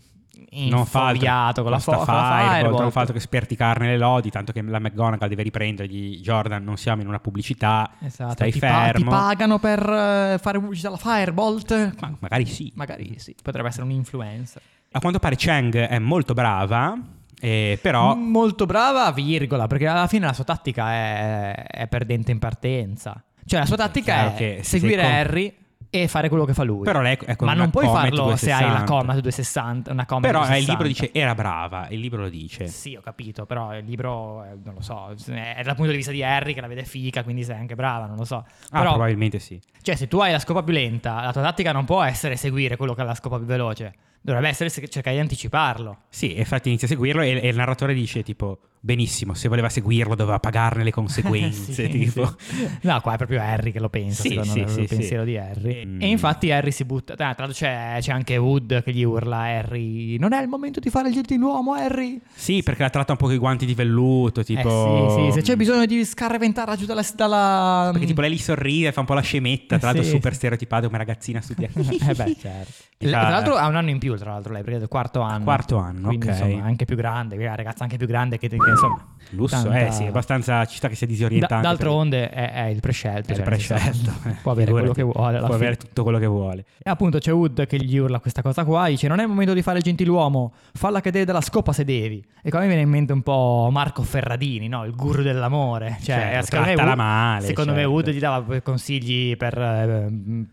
Speaker 1: Non fa
Speaker 2: infuriato
Speaker 1: altro,
Speaker 2: con la
Speaker 1: sta
Speaker 2: fo- con la
Speaker 1: Firebolt,
Speaker 2: Firebolt.
Speaker 1: non fa altro che sperticarne le lodi, tanto che la McGonagall deve riprendergli Jordan, non siamo in una pubblicità,
Speaker 2: Esatto,
Speaker 1: stai
Speaker 2: ti, pa- ti
Speaker 1: fermo.
Speaker 2: pagano per eh, fare pubblicità alla Firebolt?
Speaker 1: Ma magari sì.
Speaker 2: Magari sì, potrebbe essere un influencer.
Speaker 1: A quanto pare Chang è molto brava, eh, però
Speaker 2: Molto brava, virgola, perché alla fine la sua tattica è, è perdente in partenza. Cioè la sua tattica
Speaker 1: chiaro
Speaker 2: è,
Speaker 1: che se
Speaker 2: seguire
Speaker 1: sei con-
Speaker 2: Harry e fare quello che fa lui.
Speaker 1: Però lei è con
Speaker 2: Ma
Speaker 1: una
Speaker 2: non puoi
Speaker 1: Comet
Speaker 2: farlo se hai la
Speaker 1: 260.
Speaker 2: Comet 260, una Comet
Speaker 1: Però eh,
Speaker 2: 260.
Speaker 1: il libro dice era brava, il libro lo dice.
Speaker 2: Sì, ho capito, però il libro, eh, non lo so, è dal punto di vista di Harry che la vede fica, quindi sei anche brava, non lo so.
Speaker 1: Ah,
Speaker 2: Però,
Speaker 1: probabilmente sì.
Speaker 2: cioè, se tu hai la scopa più lenta, la tua tattica non può essere seguire quello che ha la scopa più veloce. Dovrebbe essere se- cercare di anticiparlo.
Speaker 1: Sì, e infatti inizia a seguirlo e, e il narratore dice tipo benissimo, se voleva seguirlo doveva pagarne le conseguenze,
Speaker 2: Eh, Sì,
Speaker 1: Eh, tipo.
Speaker 2: sì. No, qua è proprio Harry che lo pensa,
Speaker 1: Sì,
Speaker 2: secondo
Speaker 1: sì,
Speaker 2: me, è
Speaker 1: sì,
Speaker 2: proprio il
Speaker 1: sì.
Speaker 2: pensiero di Harry.
Speaker 1: Mm.
Speaker 2: E infatti Harry si butta... ah, tra l'altro c'è, c'è anche Wood che gli urla a Harry, non è il momento di fare il gentiluomo, Harry!
Speaker 1: Sì, perché la tratta un po' con i guanti di velluto, tipo...
Speaker 2: Eh sì, sì, se c'è bisogno di scarreventarla giù dalla... dalla...
Speaker 1: Perché tipo lei li sorride, fa un po' la scemetta, tra l'altro
Speaker 2: Sì,
Speaker 1: super
Speaker 2: sì.
Speaker 1: stereotipata come ragazzina studia.
Speaker 2: eh beh, certo.
Speaker 1: Ti fa-
Speaker 2: tra l'altro ha un anno in più, tra l'altro lei, perché è del quarto anno.
Speaker 1: quarto anno,
Speaker 2: Quindi,
Speaker 1: ok.
Speaker 2: insomma, anche più grande, una ragazza anche più grande che, che, insomma...
Speaker 1: Lusso,
Speaker 2: tanta-
Speaker 1: eh sì, è abbastanza ci sta che sia
Speaker 2: Da-
Speaker 1: disorientante.
Speaker 2: d'altronde è, è il prescelto.
Speaker 1: è il
Speaker 2: cioè, nel senso,
Speaker 1: prescelto.
Speaker 2: Può avere quello che
Speaker 1: Figurati,
Speaker 2: vuole. alla
Speaker 1: Può
Speaker 2: fine.
Speaker 1: avere tutto quello che vuole.
Speaker 2: E appunto c'è Wood che gli urla questa cosa qua, dice non è il momento di fare il gentiluomo, falla cadere dalla scopa se devi. E qua mi viene in mente un po' Marco Ferradini, no? Il guru dell'amore. Cioè,
Speaker 1: Certo,
Speaker 2: secondo me
Speaker 1: trattala
Speaker 2: Wood-
Speaker 1: male,
Speaker 2: Secondo me
Speaker 1: certo.
Speaker 2: Wood gli dava poi consigli per, eh,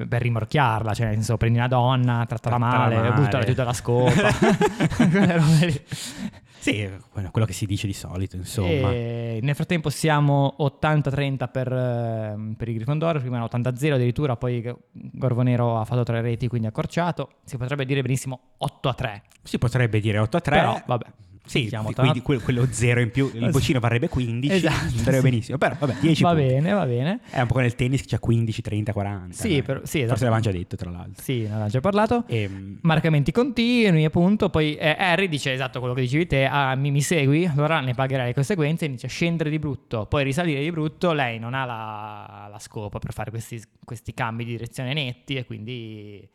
Speaker 2: per rimorchiarla, cioè nel senso prendi una donna, trattala,
Speaker 1: Trattala
Speaker 2: male,
Speaker 1: male.
Speaker 2: buttala giù dalla scopa. Quelle robe lì.
Speaker 1: Sì, quello quello che si dice di solito, insomma.
Speaker 2: E nel frattempo siamo 80-30 per, ehm, per i Gryffindor, prima era 80-0 addirittura, poi Gorvo Nero ha fatto tre reti, quindi ha accorciato. Si potrebbe dire benissimo 8-3.
Speaker 1: Si potrebbe dire 8 a 3.
Speaker 2: Però, vabbè.
Speaker 1: Sì,
Speaker 2: diciamo, tra
Speaker 1: quindi
Speaker 2: l'altro-
Speaker 1: quel- quello zero in più, il bocino varrebbe 15,
Speaker 2: Esatto,
Speaker 1: andrebbe
Speaker 2: sì.
Speaker 1: benissimo. Però vabbè, 10
Speaker 2: Va
Speaker 1: punti.
Speaker 2: bene, va bene.
Speaker 1: È un po' come nel tennis che c'ha 15, 30, 40.
Speaker 2: Sì,
Speaker 1: no?
Speaker 2: però- sì, esatto.
Speaker 1: eh. Forse l'avevamo già detto, tra l'altro.
Speaker 2: Sì, ne avevamo già parlato.
Speaker 1: Ehm,
Speaker 2: Marcamenti continui, appunto. Poi eh, Harry dice esatto quello che dicevi te: ah, mi, mi segui, allora ne pagherai le conseguenze. Inizia a scendere di brutto, poi risalire di brutto. Lei non ha la, la scopa per fare questi, questi cambi di direzione netti, e quindi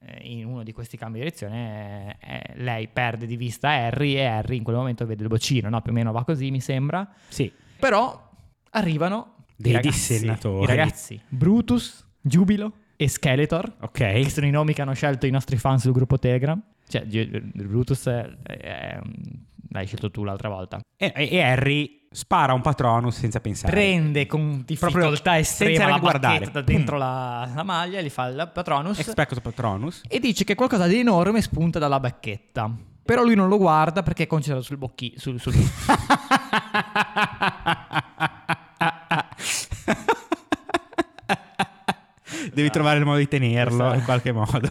Speaker 2: eh, in uno di questi cambi di direzione eh, lei perde di vista Harry. E Harry in quel momento vede il boccino, no? Più o meno va così, mi sembra.
Speaker 1: sì,
Speaker 2: Però arrivano
Speaker 1: Dei
Speaker 2: i ragazzi,
Speaker 1: dissennatori.
Speaker 2: i ragazzi Brutus, Giubilo e Skeletor che
Speaker 1: ok.
Speaker 2: sono i nomi che hanno scelto i nostri fan sul gruppo Telegram. Cioè, Gi- Brutus è- è- l'hai scelto tu l'altra volta. Cioè,
Speaker 1: E, e- e Harry spara un Patronus senza pensare.
Speaker 2: Prende con difficoltà
Speaker 1: Proprio senza
Speaker 2: estrema la
Speaker 1: neanche guardare.
Speaker 2: bacchetta da dentro la, la maglia, gli fa il Patronus
Speaker 1: Expecto Patronus.
Speaker 2: e dice che qualcosa di enorme spunta dalla bacchetta. Però lui non lo guarda perché è concentrato sul bocchi, sul, sul-
Speaker 1: Devi trovare il modo di tenerlo
Speaker 2: Esatto.
Speaker 1: in qualche modo.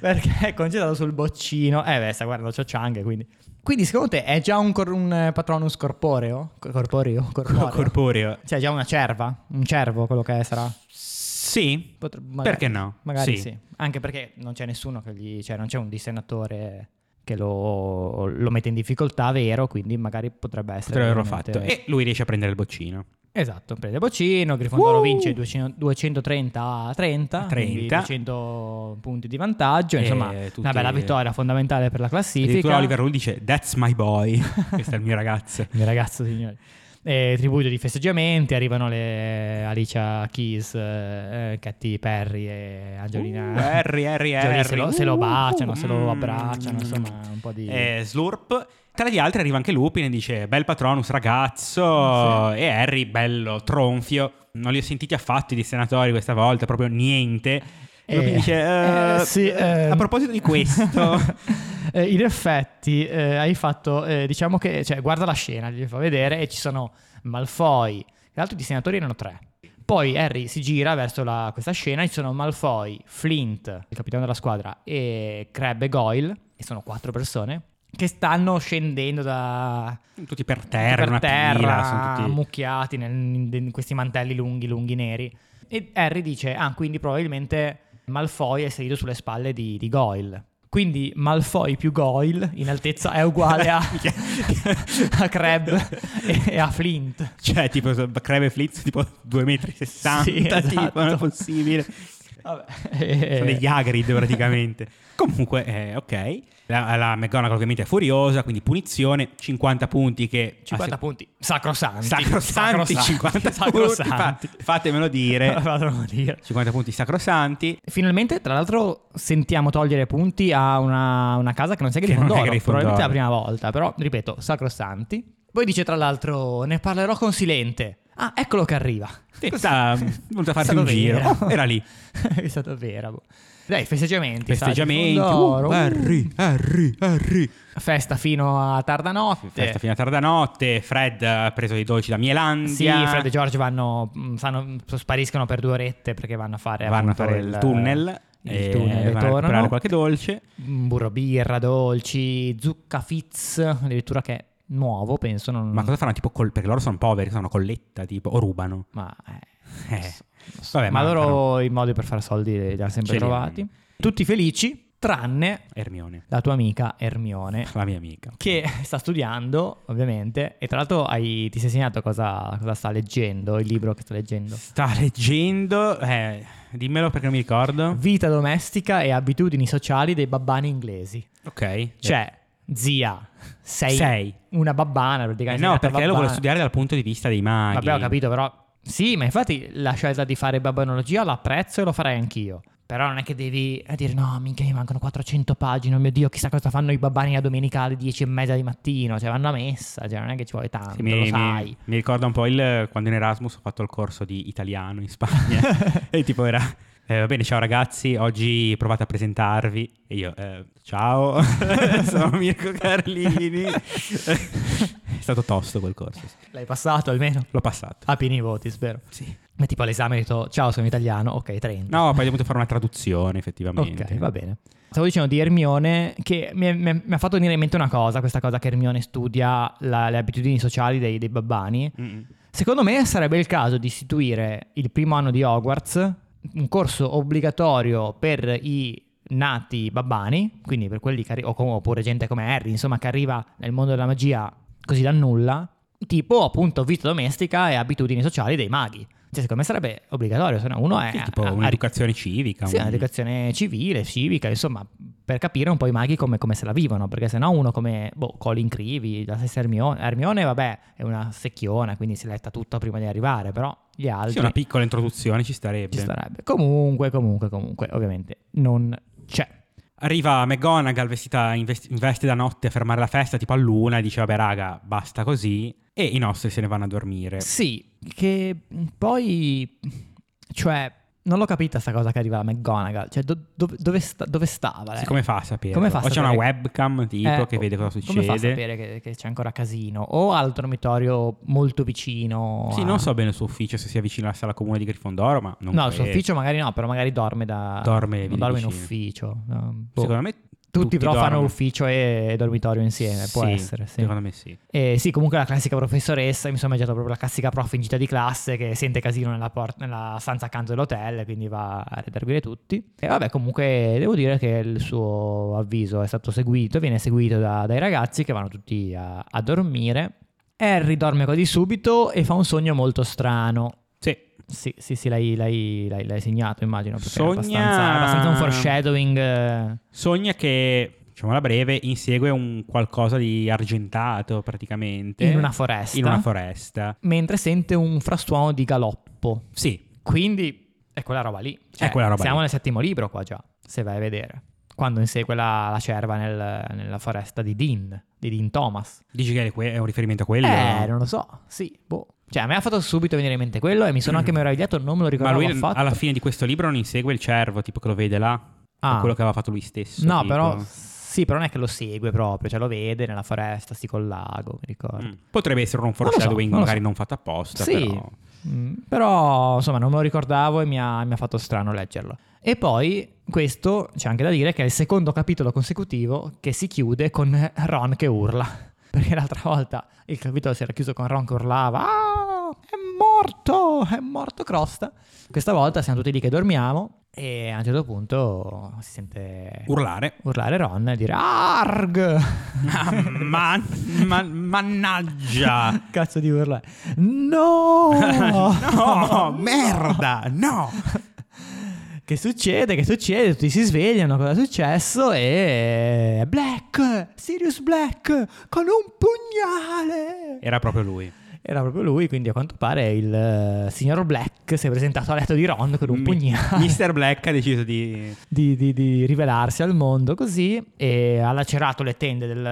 Speaker 2: perché è concentrato sul boccino. Eh beh, sta guardando Cho Chang, quindi. Quindi secondo te è già un, cor- un eh, Patronus corporeo? Co- Corporeo? Corporeo?
Speaker 1: Corporeo.
Speaker 2: Cioè, già una cerva? Un cervo, quello che è, sarà?
Speaker 1: Sì.
Speaker 2: Potre- magari-
Speaker 1: Perché no?
Speaker 2: Magari sì.
Speaker 1: Sì.
Speaker 2: Anche perché non c'è nessuno che gli... Cioè, non c'è un dissennatore che lo, lo mette in difficoltà, vero? Quindi magari potrebbe essere...
Speaker 1: Potrebbe averlo
Speaker 2: veramente-
Speaker 1: fatto. E lui riesce a prendere il boccino.
Speaker 2: Esatto, prende Boccino, Grifondoro
Speaker 1: Woo!
Speaker 2: vince 200 230 a 30,
Speaker 1: 30.
Speaker 2: 200 punti di vantaggio, insomma,
Speaker 1: E tutti-
Speaker 2: una bella vittoria fondamentale per la classifica.
Speaker 1: Addirittura Oliver Rule dice That's my boy Questo è il mio ragazzo
Speaker 2: Il ragazzo, signori. Eh, tributo di festeggiamenti, arrivano le eh, Alicia Keys, eh, Katy Perry e Angelina.
Speaker 1: Uh, Harry, Harry,
Speaker 2: Già lì
Speaker 1: Harry
Speaker 2: se lo, se lo
Speaker 1: Uh,
Speaker 2: baciano, se lo
Speaker 1: mm.
Speaker 2: abbracciano, insomma, un po' di...
Speaker 1: Eh, Slurp Tra gli altri arriva anche Lupin e dice Bel Patronus ragazzo E Harry bello tronfio Non li ho sentiti affatto i senatori questa volta Proprio niente E
Speaker 2: Eh,
Speaker 1: Lupin dice
Speaker 2: eh,
Speaker 1: "Eh,
Speaker 2: sì, eh."
Speaker 1: A proposito di questo
Speaker 2: Eh, in effetti eh, hai fatto, eh, diciamo che, cioè, guarda la scena, gli fa vedere e ci sono Malfoy, tra l'altro i senatori erano tre. Poi Harry si gira verso la- questa scena e ci sono Malfoy, Flint, il capitano della squadra, e Crabbe e Goyle, e sono quattro persone, che stanno scendendo da,
Speaker 1: Tutti per terra
Speaker 2: per
Speaker 1: una
Speaker 2: terra,
Speaker 1: pila, sono tutti-
Speaker 2: ammucchiati nel- in questi mantelli lunghi, lunghi neri. E Harry dice: Ah, quindi probabilmente Malfoy è salito sulle spalle di, di Goyle. Quindi Malfoy più Goyle in altezza è uguale a, a Crab e, e a Flint.
Speaker 1: Cioè tipo so- Crabbe e Flitz Tipo 2,60 metri e sessanta,
Speaker 2: Sì, esatto.
Speaker 1: Tipo non è possibile
Speaker 2: Vabbè. Eh,
Speaker 1: Sono degli Ah, Hagrid praticamente. Comunque, eh, ok. La, la McGonagall ovviamente è furiosa, quindi punizione, 50 punti che...
Speaker 2: 50
Speaker 1: a se-
Speaker 2: punti sacrosanti.
Speaker 1: Sacrosanti, 50
Speaker 2: Sacrosanti.
Speaker 1: punti. fa- fatemelo dire.
Speaker 2: Fatemelo dire.
Speaker 1: 50 punti sacrosanti.
Speaker 2: Finalmente, tra l'altro, sentiamo togliere punti a una, una casa che non sia
Speaker 1: Che non è
Speaker 2: Grifondoro.
Speaker 1: Grifondoro.
Speaker 2: Probabilmente è la prima volta, però, ripeto, sacrosanti. Poi dice, tra l'altro, ne parlerò con Silente. Ah, eccolo che arriva.
Speaker 1: Sì, sta è venuta a farsi
Speaker 2: È
Speaker 1: un
Speaker 2: stato
Speaker 1: giro.
Speaker 2: Vera.
Speaker 1: Oh, era lì.
Speaker 2: è stato vera. boh. Dai, festeggiamenti. sa,
Speaker 1: Festeggiamenti.
Speaker 2: Grifondoro,
Speaker 1: Uh, Harry, Harry, Harry.
Speaker 2: uh, Festa fino a tarda notte.
Speaker 1: Festa fino a tarda notte. Fred ha preso i dolci da
Speaker 2: sì,
Speaker 1: Mielandia.
Speaker 2: Fred e George vanno, mh, sanno- spariscono per due orette perché vanno a fare,
Speaker 1: Eh, Vanno a
Speaker 2: appunto,
Speaker 1: fare il tunnel.
Speaker 2: Il
Speaker 1: e
Speaker 2: tunnel e
Speaker 1: vanno a
Speaker 2: tornano.
Speaker 1: comprare qualche dolce.
Speaker 2: Mm, burro birra, dolci, zucca fizz, addirittura che è nuovo, penso. Non...
Speaker 1: Ma cosa faranno? Tipo col- perché loro sono poveri, sono colletta, tipo, o rubano.
Speaker 2: Ma, eh,
Speaker 1: Eh,
Speaker 2: non so, non so.
Speaker 1: vabbè,
Speaker 2: Ma
Speaker 1: ma
Speaker 2: loro
Speaker 1: però-
Speaker 2: i modi per fare soldi li li hanno
Speaker 1: Ce
Speaker 2: sempre
Speaker 1: li
Speaker 2: trovati.
Speaker 1: hanno.
Speaker 2: Tutti felici, tranne
Speaker 1: Ermione,
Speaker 2: la tua amica Ermione.
Speaker 1: la mia amica.
Speaker 2: Che sta studiando, ovviamente, e tra l'altro hai- ti sei segnato cosa, cosa sta leggendo, il libro che sta leggendo.
Speaker 1: Sta leggendo, eh, dimmelo perché non mi ricordo.
Speaker 2: Vita domestica e abitudini sociali dei babbani inglesi.
Speaker 1: Ok.
Speaker 2: Cioè, zia, sei,
Speaker 1: Sei.
Speaker 2: una babbana
Speaker 1: Eh,
Speaker 2: praticamente.
Speaker 1: no,
Speaker 2: nata
Speaker 1: perché lo vuole
Speaker 2: babbana.
Speaker 1: studiare dal punto di vista dei maghi.
Speaker 2: Vabbè, ho capito, però. Sì, ma infatti la scelta di fare babbanologia l'apprezzo e lo farei anch'io. Però non è che devi eh, dire no, minchia, mi mancano 400 pagine, oh mio Dio, chissà cosa fanno i babbani la domenica alle 10 e mezza di mattino, cioè vanno a messa, cioè non è che ci vuole tanto,
Speaker 1: Sì,
Speaker 2: lo
Speaker 1: mi,
Speaker 2: sai.
Speaker 1: mi- mi ricorda un po' il, eh, quando in Erasmus ho fatto il corso di italiano in Spagna. e tipo era... eh, va bene, ciao ragazzi, oggi provate a presentarvi. E io, eh, ciao, sono Mirko oh Carlini. È stato tosto quel corso. sì.
Speaker 2: L'hai passato almeno?
Speaker 1: L'ho passato.
Speaker 2: A pieni voti, spero.
Speaker 1: Sì.
Speaker 2: Ma tipo all'esame ho detto, ciao, sono italiano, ok, 30.
Speaker 1: No, poi ho dovuto fare una traduzione, effettivamente.
Speaker 2: ok, va bene. stavo dicendo di Hermione che mi, mi- mi ha fatto venire in mente una cosa, questa cosa che Hermione studia la- le abitudini sociali dei, dei babbani.
Speaker 1: Mm-mm.
Speaker 2: Secondo me sarebbe il caso di istituire il primo anno di Hogwarts, un corso obbligatorio per i nati babbani, quindi per quelli che arri- o com- oppure gente come Harry, insomma, che arriva nel mondo della magia così da nulla, tipo appunto vita domestica e abitudini sociali dei maghi. Cioè, secondo me sarebbe obbligatorio, se no uno è
Speaker 1: Sì, tipo
Speaker 2: Eh, a- a-
Speaker 1: un'educazione civica.
Speaker 2: sì,
Speaker 1: un-
Speaker 2: un'educazione civile, civica, insomma, per capire un po' i maghi come, come se la vivono, perché sennò uno come boh, Colin Crivi, la stessa Hermione, Hermione, vabbè, è una secchiona, quindi si letta tutto prima di arrivare, però gli altri
Speaker 1: Sì, una piccola introduzione ci starebbe.
Speaker 2: ci starebbe. Comunque, comunque, comunque, ovviamente non c'è.
Speaker 1: Arriva McGonagall vestita in, vest- in veste da notte a fermare la festa tipo a luna e dice vabbè raga basta così e i nostri se ne vanno a dormire.
Speaker 2: Sì, che poi, cioè, non l'ho capita sta cosa che arriva la McGonagall, cioè do- dove, dove sta- dove stava eh? lei?
Speaker 1: Sì, come fa a sapere?
Speaker 2: Come fa a
Speaker 1: o c'è una
Speaker 2: sapere?
Speaker 1: webcam tipo
Speaker 2: Eh,
Speaker 1: che vede cosa succede.
Speaker 2: Come fa a sapere che, che c'è ancora casino? O al dormitorio molto vicino?
Speaker 1: Sì,
Speaker 2: a-
Speaker 1: non so bene il suo ufficio se sia vicino alla sala comune di Grifondoro, ma non
Speaker 2: No, il suo
Speaker 1: credo.
Speaker 2: ufficio magari no, però magari dorme da...
Speaker 1: Dorme lì
Speaker 2: non dorme in
Speaker 1: vicino.
Speaker 2: ufficio. no, boh.
Speaker 1: Secondo me
Speaker 2: Tutti, però
Speaker 1: dormono.
Speaker 2: fanno ufficio e dormitorio insieme, può
Speaker 1: Sì,
Speaker 2: essere, sì.
Speaker 1: Secondo me sì.
Speaker 2: E sì, comunque la classica professoressa, mi sono immaginato proprio la classica prof in gita di classe che sente casino nella, por- nella stanza accanto dell'hotel, quindi va a redarguire tutti. E vabbè, comunque devo dire che il suo avviso è stato seguito, viene seguito da- dai ragazzi che vanno tutti a, a dormire. Harry dorme quasi subito e fa un sogno molto strano.
Speaker 1: Sì.
Speaker 2: Sì, sì, sì, l'hai, l'hai- l'hai- l'hai segnato, immagino, perché
Speaker 1: Sogna-
Speaker 2: è abbastanza, è abbastanza un foreshadowing. eh.
Speaker 1: Sogna che, diciamo alla breve, insegue un qualcosa di argentato praticamente.
Speaker 2: In una foresta.
Speaker 1: In una foresta.
Speaker 2: Mentre sente un frastuono di galoppo.
Speaker 1: Sì,
Speaker 2: Quindi è quella roba lì. Cioè,
Speaker 1: È quella roba
Speaker 2: siamo
Speaker 1: lì.
Speaker 2: nel settimo libro qua già, se vai a vedere. Quando insegue la, la cerva nel- nella foresta di Dean, di Dean Thomas.
Speaker 1: dici che è que- è un riferimento a quello.
Speaker 2: Eh, non lo so, sì, boh. Cioè, a me ha fatto subito venire in mente quello e mi sono anche meravigliato, non me lo
Speaker 1: Ma
Speaker 2: ricordavo
Speaker 1: lui
Speaker 2: affatto.
Speaker 1: alla fine di questo libro non insegue il cervo, tipo che lo vede là.
Speaker 2: Ah.
Speaker 1: o Quello che aveva fatto lui stesso.
Speaker 2: No,
Speaker 1: tipo.
Speaker 2: però sì, però non è che lo segue proprio, cioè lo vede nella foresta, sti col lago, mi ricordo.
Speaker 1: Mm. Potrebbe essere un
Speaker 2: lo so,
Speaker 1: foreshadowing,
Speaker 2: non lo
Speaker 1: magari
Speaker 2: so.
Speaker 1: non fatto apposta.
Speaker 2: Sì.
Speaker 1: Però.
Speaker 2: Mm, Però, insomma, non me lo ricordavo e mi ha, mi ha fatto strano leggerlo. E poi, questo c'è anche da dire che è il secondo capitolo consecutivo che si chiude con Ron che urla. Perché l'altra volta il capitolo si era chiuso con Ron che urlava: Ah, è morto! È morto Crosta. Questa volta siamo tutti lì che dormiamo. E a un certo punto si sente
Speaker 1: Urlare.
Speaker 2: urlare Ron e dire: Arg!
Speaker 1: Ah, ma- ma- mannaggia.
Speaker 2: Cazzo di urlare. No!
Speaker 1: No, merda, no.
Speaker 2: Che succede? Che succede? Tutti si svegliano, cosa è successo? E Black, Sirius Black, con un pugnale!
Speaker 1: Era proprio lui.
Speaker 2: Era proprio lui, quindi a quanto pare il eh, signor Black si è presentato a letto di Ron con un pugnale.
Speaker 1: Mister Black ha deciso di...
Speaker 2: di, di- di rivelarsi al mondo così e ha lacerato le tende del,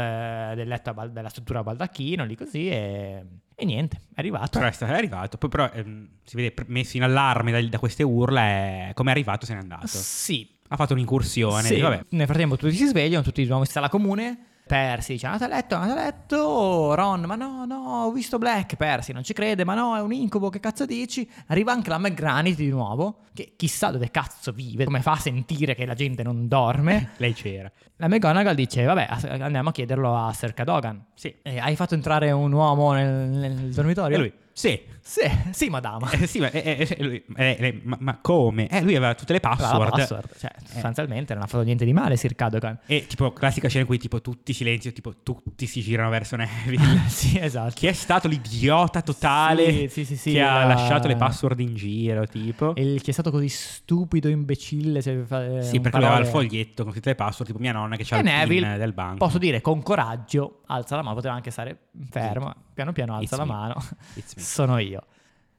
Speaker 2: del letto a bal- della struttura a baldacchino lì così e, e niente, è arrivato.
Speaker 1: Però è stato- è arrivato, poi però ehm, si vede pre- messo in allarme da, da queste urla e come è arrivato se n'è andato.
Speaker 2: Sì,
Speaker 1: Ha fatto un'incursione,
Speaker 2: Sì.
Speaker 1: vabbè.
Speaker 2: Nel frattempo tutti si svegliano, tutti di nuovo in sala comune. Percy dice andate a letto, andate a letto. Ron, ma no, no, ho visto Black. Percy non ci crede, ma no, è un incubo, che cazzo dici? Arriva anche la McGranity di nuovo, che chissà dove cazzo vive, come fa a sentire che la gente non dorme.
Speaker 1: Lei c'era.
Speaker 2: La McGonagall dice, vabbè, as- andiamo a chiederlo a Sir Cadogan.
Speaker 1: Sì.
Speaker 2: "Eh, hai fatto entrare un uomo nel, nel dormitorio?
Speaker 1: E lui, Eh, sì.
Speaker 2: Sì, sì, madama.
Speaker 1: Eh, sì, ma, eh, eh, lui- eh, lei, ma- ma come? Eh, lui aveva tutte le
Speaker 2: La
Speaker 1: password.
Speaker 2: password. Cioè,
Speaker 1: Eh.
Speaker 2: sostanzialmente non ha fatto niente di male Sir Cadogan.
Speaker 1: E tipo, classica scena in cui tipo tutti silenzio, tipo tutti si girano verso Neville.
Speaker 2: sì, esatto.
Speaker 1: Chi è stato l'idiota totale
Speaker 2: Sì, sì, sì, sì,
Speaker 1: che ha
Speaker 2: la-
Speaker 1: lasciato le password in giro, tipo?
Speaker 2: E il che è stato così stupido, imbecille. Se fa, eh,
Speaker 1: Sì, perché
Speaker 2: parole-
Speaker 1: aveva il foglietto con tutte le password, tipo mia nonna che c'ha
Speaker 2: E
Speaker 1: il
Speaker 2: Neville,
Speaker 1: pin del banco.
Speaker 2: posso dire con coraggio, alza la mano, poteva anche stare fermo, piano piano alza
Speaker 1: It's
Speaker 2: la
Speaker 1: me.
Speaker 2: mano,
Speaker 1: It's me.
Speaker 2: sono io.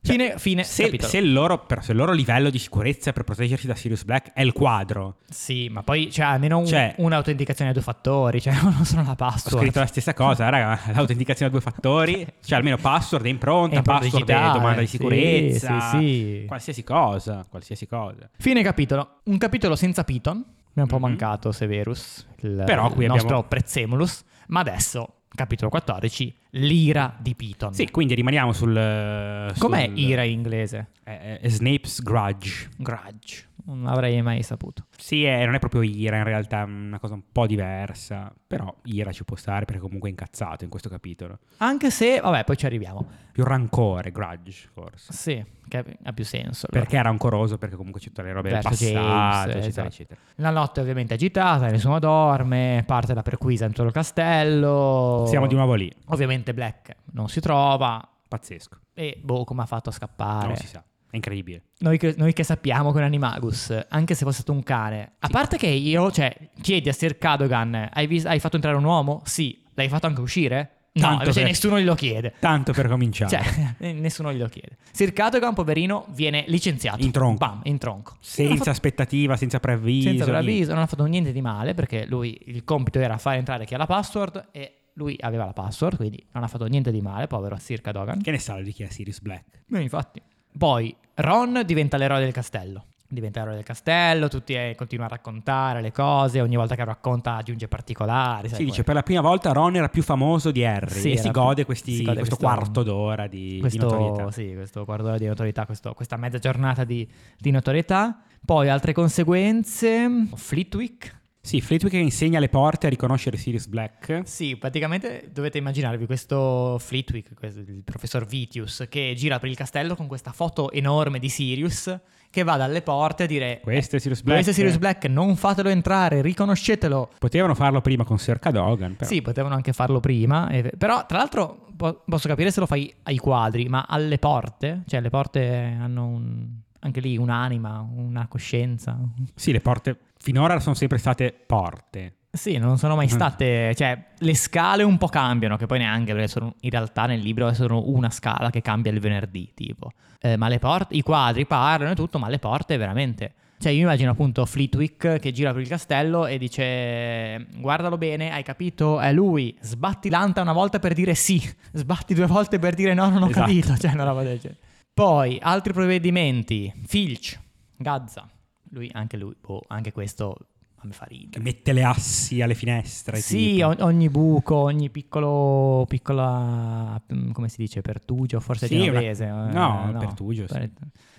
Speaker 2: Fine, fine,
Speaker 1: Cioè, Se,
Speaker 2: capitolo.
Speaker 1: se il loro, però, se il loro livello di sicurezza per proteggersi da Sirius Black è il quadro,
Speaker 2: Sì, ma poi c'è almeno un-
Speaker 1: Cioè-
Speaker 2: un'autenticazione a due fattori, cioè non sono la
Speaker 1: ho
Speaker 2: password.
Speaker 1: scritto la stessa cosa, raga, l'autenticazione a due fattori, cioè almeno password e impronta,
Speaker 2: E impronta
Speaker 1: password e
Speaker 2: digitale,
Speaker 1: domanda di
Speaker 2: sì,
Speaker 1: sicurezza,
Speaker 2: sì, sì.
Speaker 1: qualsiasi cosa, qualsiasi cosa.
Speaker 2: Fine capitolo. Un capitolo senza Piton. Mi è un po'
Speaker 1: Mhm.
Speaker 2: mancato Severus, il,
Speaker 1: Però qui
Speaker 2: il
Speaker 1: abbiamo-
Speaker 2: nostro Prezzemulus. Ma adesso, capitolo 14, l'ira di Piton.
Speaker 1: Sì, quindi rimaniamo sul... eh,
Speaker 2: Com'è
Speaker 1: sul-
Speaker 2: ira in inglese?
Speaker 1: eh, eh, Snape's Grudge.
Speaker 2: Grudge. non avrei mai saputo.
Speaker 1: Sì, eh, non è proprio ira, in realtà è una cosa un po' diversa. Però ira ci può stare perché comunque è incazzato in questo capitolo.
Speaker 2: Anche se, vabbè, poi ci arriviamo.
Speaker 1: Più rancore, grudge, forse.
Speaker 2: Sì, che ha più senso. allora.
Speaker 1: Perché è rancoroso? Perché comunque c'è tutte le robe del
Speaker 2: Verso
Speaker 1: passato,
Speaker 2: James,
Speaker 1: eccetera,
Speaker 2: esatto.
Speaker 1: eccetera.
Speaker 2: La notte ovviamente è agitata, nessuno dorme, parte la perquisa dentro il castello.
Speaker 1: Siamo di nuovo lì,
Speaker 2: Ovviamente Black non si trova
Speaker 1: pazzesco.
Speaker 2: e boh, come ha fatto a scappare.
Speaker 1: Non si sa, è incredibile.
Speaker 2: Noi che, noi che sappiamo che è un animagus, anche se fosse stato un cane. A parte che io, cioè, chiedi a Sir Cadogan, hai, vis- hai fatto entrare un uomo? Sì. L'hai fatto anche uscire? No,
Speaker 1: Tanto
Speaker 2: invece
Speaker 1: per-
Speaker 2: nessuno glielo chiede.
Speaker 1: Tanto per cominciare.
Speaker 2: Cioè, eh, nessuno glielo chiede. Sir Cadogan, poverino, viene licenziato.
Speaker 1: In tronco.
Speaker 2: Bam, in tronco. Non ha
Speaker 1: senza aspettativa, senza preavviso.
Speaker 2: senza
Speaker 1: niente.
Speaker 2: preavviso, non ha fatto niente di male perché lui il compito era fare entrare chi ha la password e lui aveva la password, quindi non ha fatto niente di male, povero Sirka Dogan.
Speaker 1: Che ne sa di chi è Sirius Black?
Speaker 2: No, infatti. Poi Ron diventa l'eroe del castello. Diventa l'eroe del castello, tutti eh, continuano a raccontare le cose, ogni volta che racconta aggiunge particolari. sai
Speaker 1: Si dice
Speaker 2: come-
Speaker 1: per la prima volta Ron era più famoso di Harry
Speaker 2: Sì,
Speaker 1: e
Speaker 2: era
Speaker 1: si
Speaker 2: più-
Speaker 1: gode, questi-
Speaker 2: si gode
Speaker 1: questo,
Speaker 2: questo-
Speaker 1: quarto d'ora di, di
Speaker 2: questo,
Speaker 1: notorietà.
Speaker 2: sì, questo quarto d'ora di notorietà, questo- questa mezza giornata di, di notorietà. Poi altre conseguenze. Flitwick,
Speaker 1: Sì, Flitwick insegna le porte a riconoscere Sirius Black.
Speaker 2: Sì, praticamente dovete immaginarvi questo Flitwick, questo- il professor Vitius, che gira per il castello con questa foto enorme di Sirius che va dalle porte a dire
Speaker 1: Questo è Sirius Black.
Speaker 2: questo è Sirius Black, non fatelo entrare, riconoscetelo.
Speaker 1: Potevano farlo prima con Sir Cadogan, però.
Speaker 2: Sì, potevano anche farlo prima, eh, però tra l'altro po- posso capire se lo fai ai quadri, ma alle porte? Cioè le porte hanno un- anche lì un'anima, una coscienza.
Speaker 1: Sì, le porte finora sono sempre state porte.
Speaker 2: Sì, non sono mai state. Cioè, le scale un po' cambiano, che poi neanche, perché sono- in realtà nel libro è solo una scala che cambia il venerdì, tipo. Eh, ma le porte, i quadri parlano e tutto, ma le porte veramente. Cioè, io immagino appunto Flitwick che gira per il castello e dice: Guardalo bene, hai capito? È lui. Sbatti l'anta una volta per dire sì, sbatti due volte per dire no, non ho
Speaker 1: Esatto.
Speaker 2: capito. Cioè, una roba del genere. Poi, altri provvedimenti. Filch, Gazza. Lui, anche lui, boh, anche questo mi fa ridere.
Speaker 1: Che mette le assi alle finestre.
Speaker 2: Sì,
Speaker 1: tipo.
Speaker 2: o- ogni buco, ogni piccolo, piccola, mm, come si dice, pertugio, forse
Speaker 1: Sì,
Speaker 2: genovese.
Speaker 1: una-
Speaker 2: eh,
Speaker 1: no, pertugio, sì.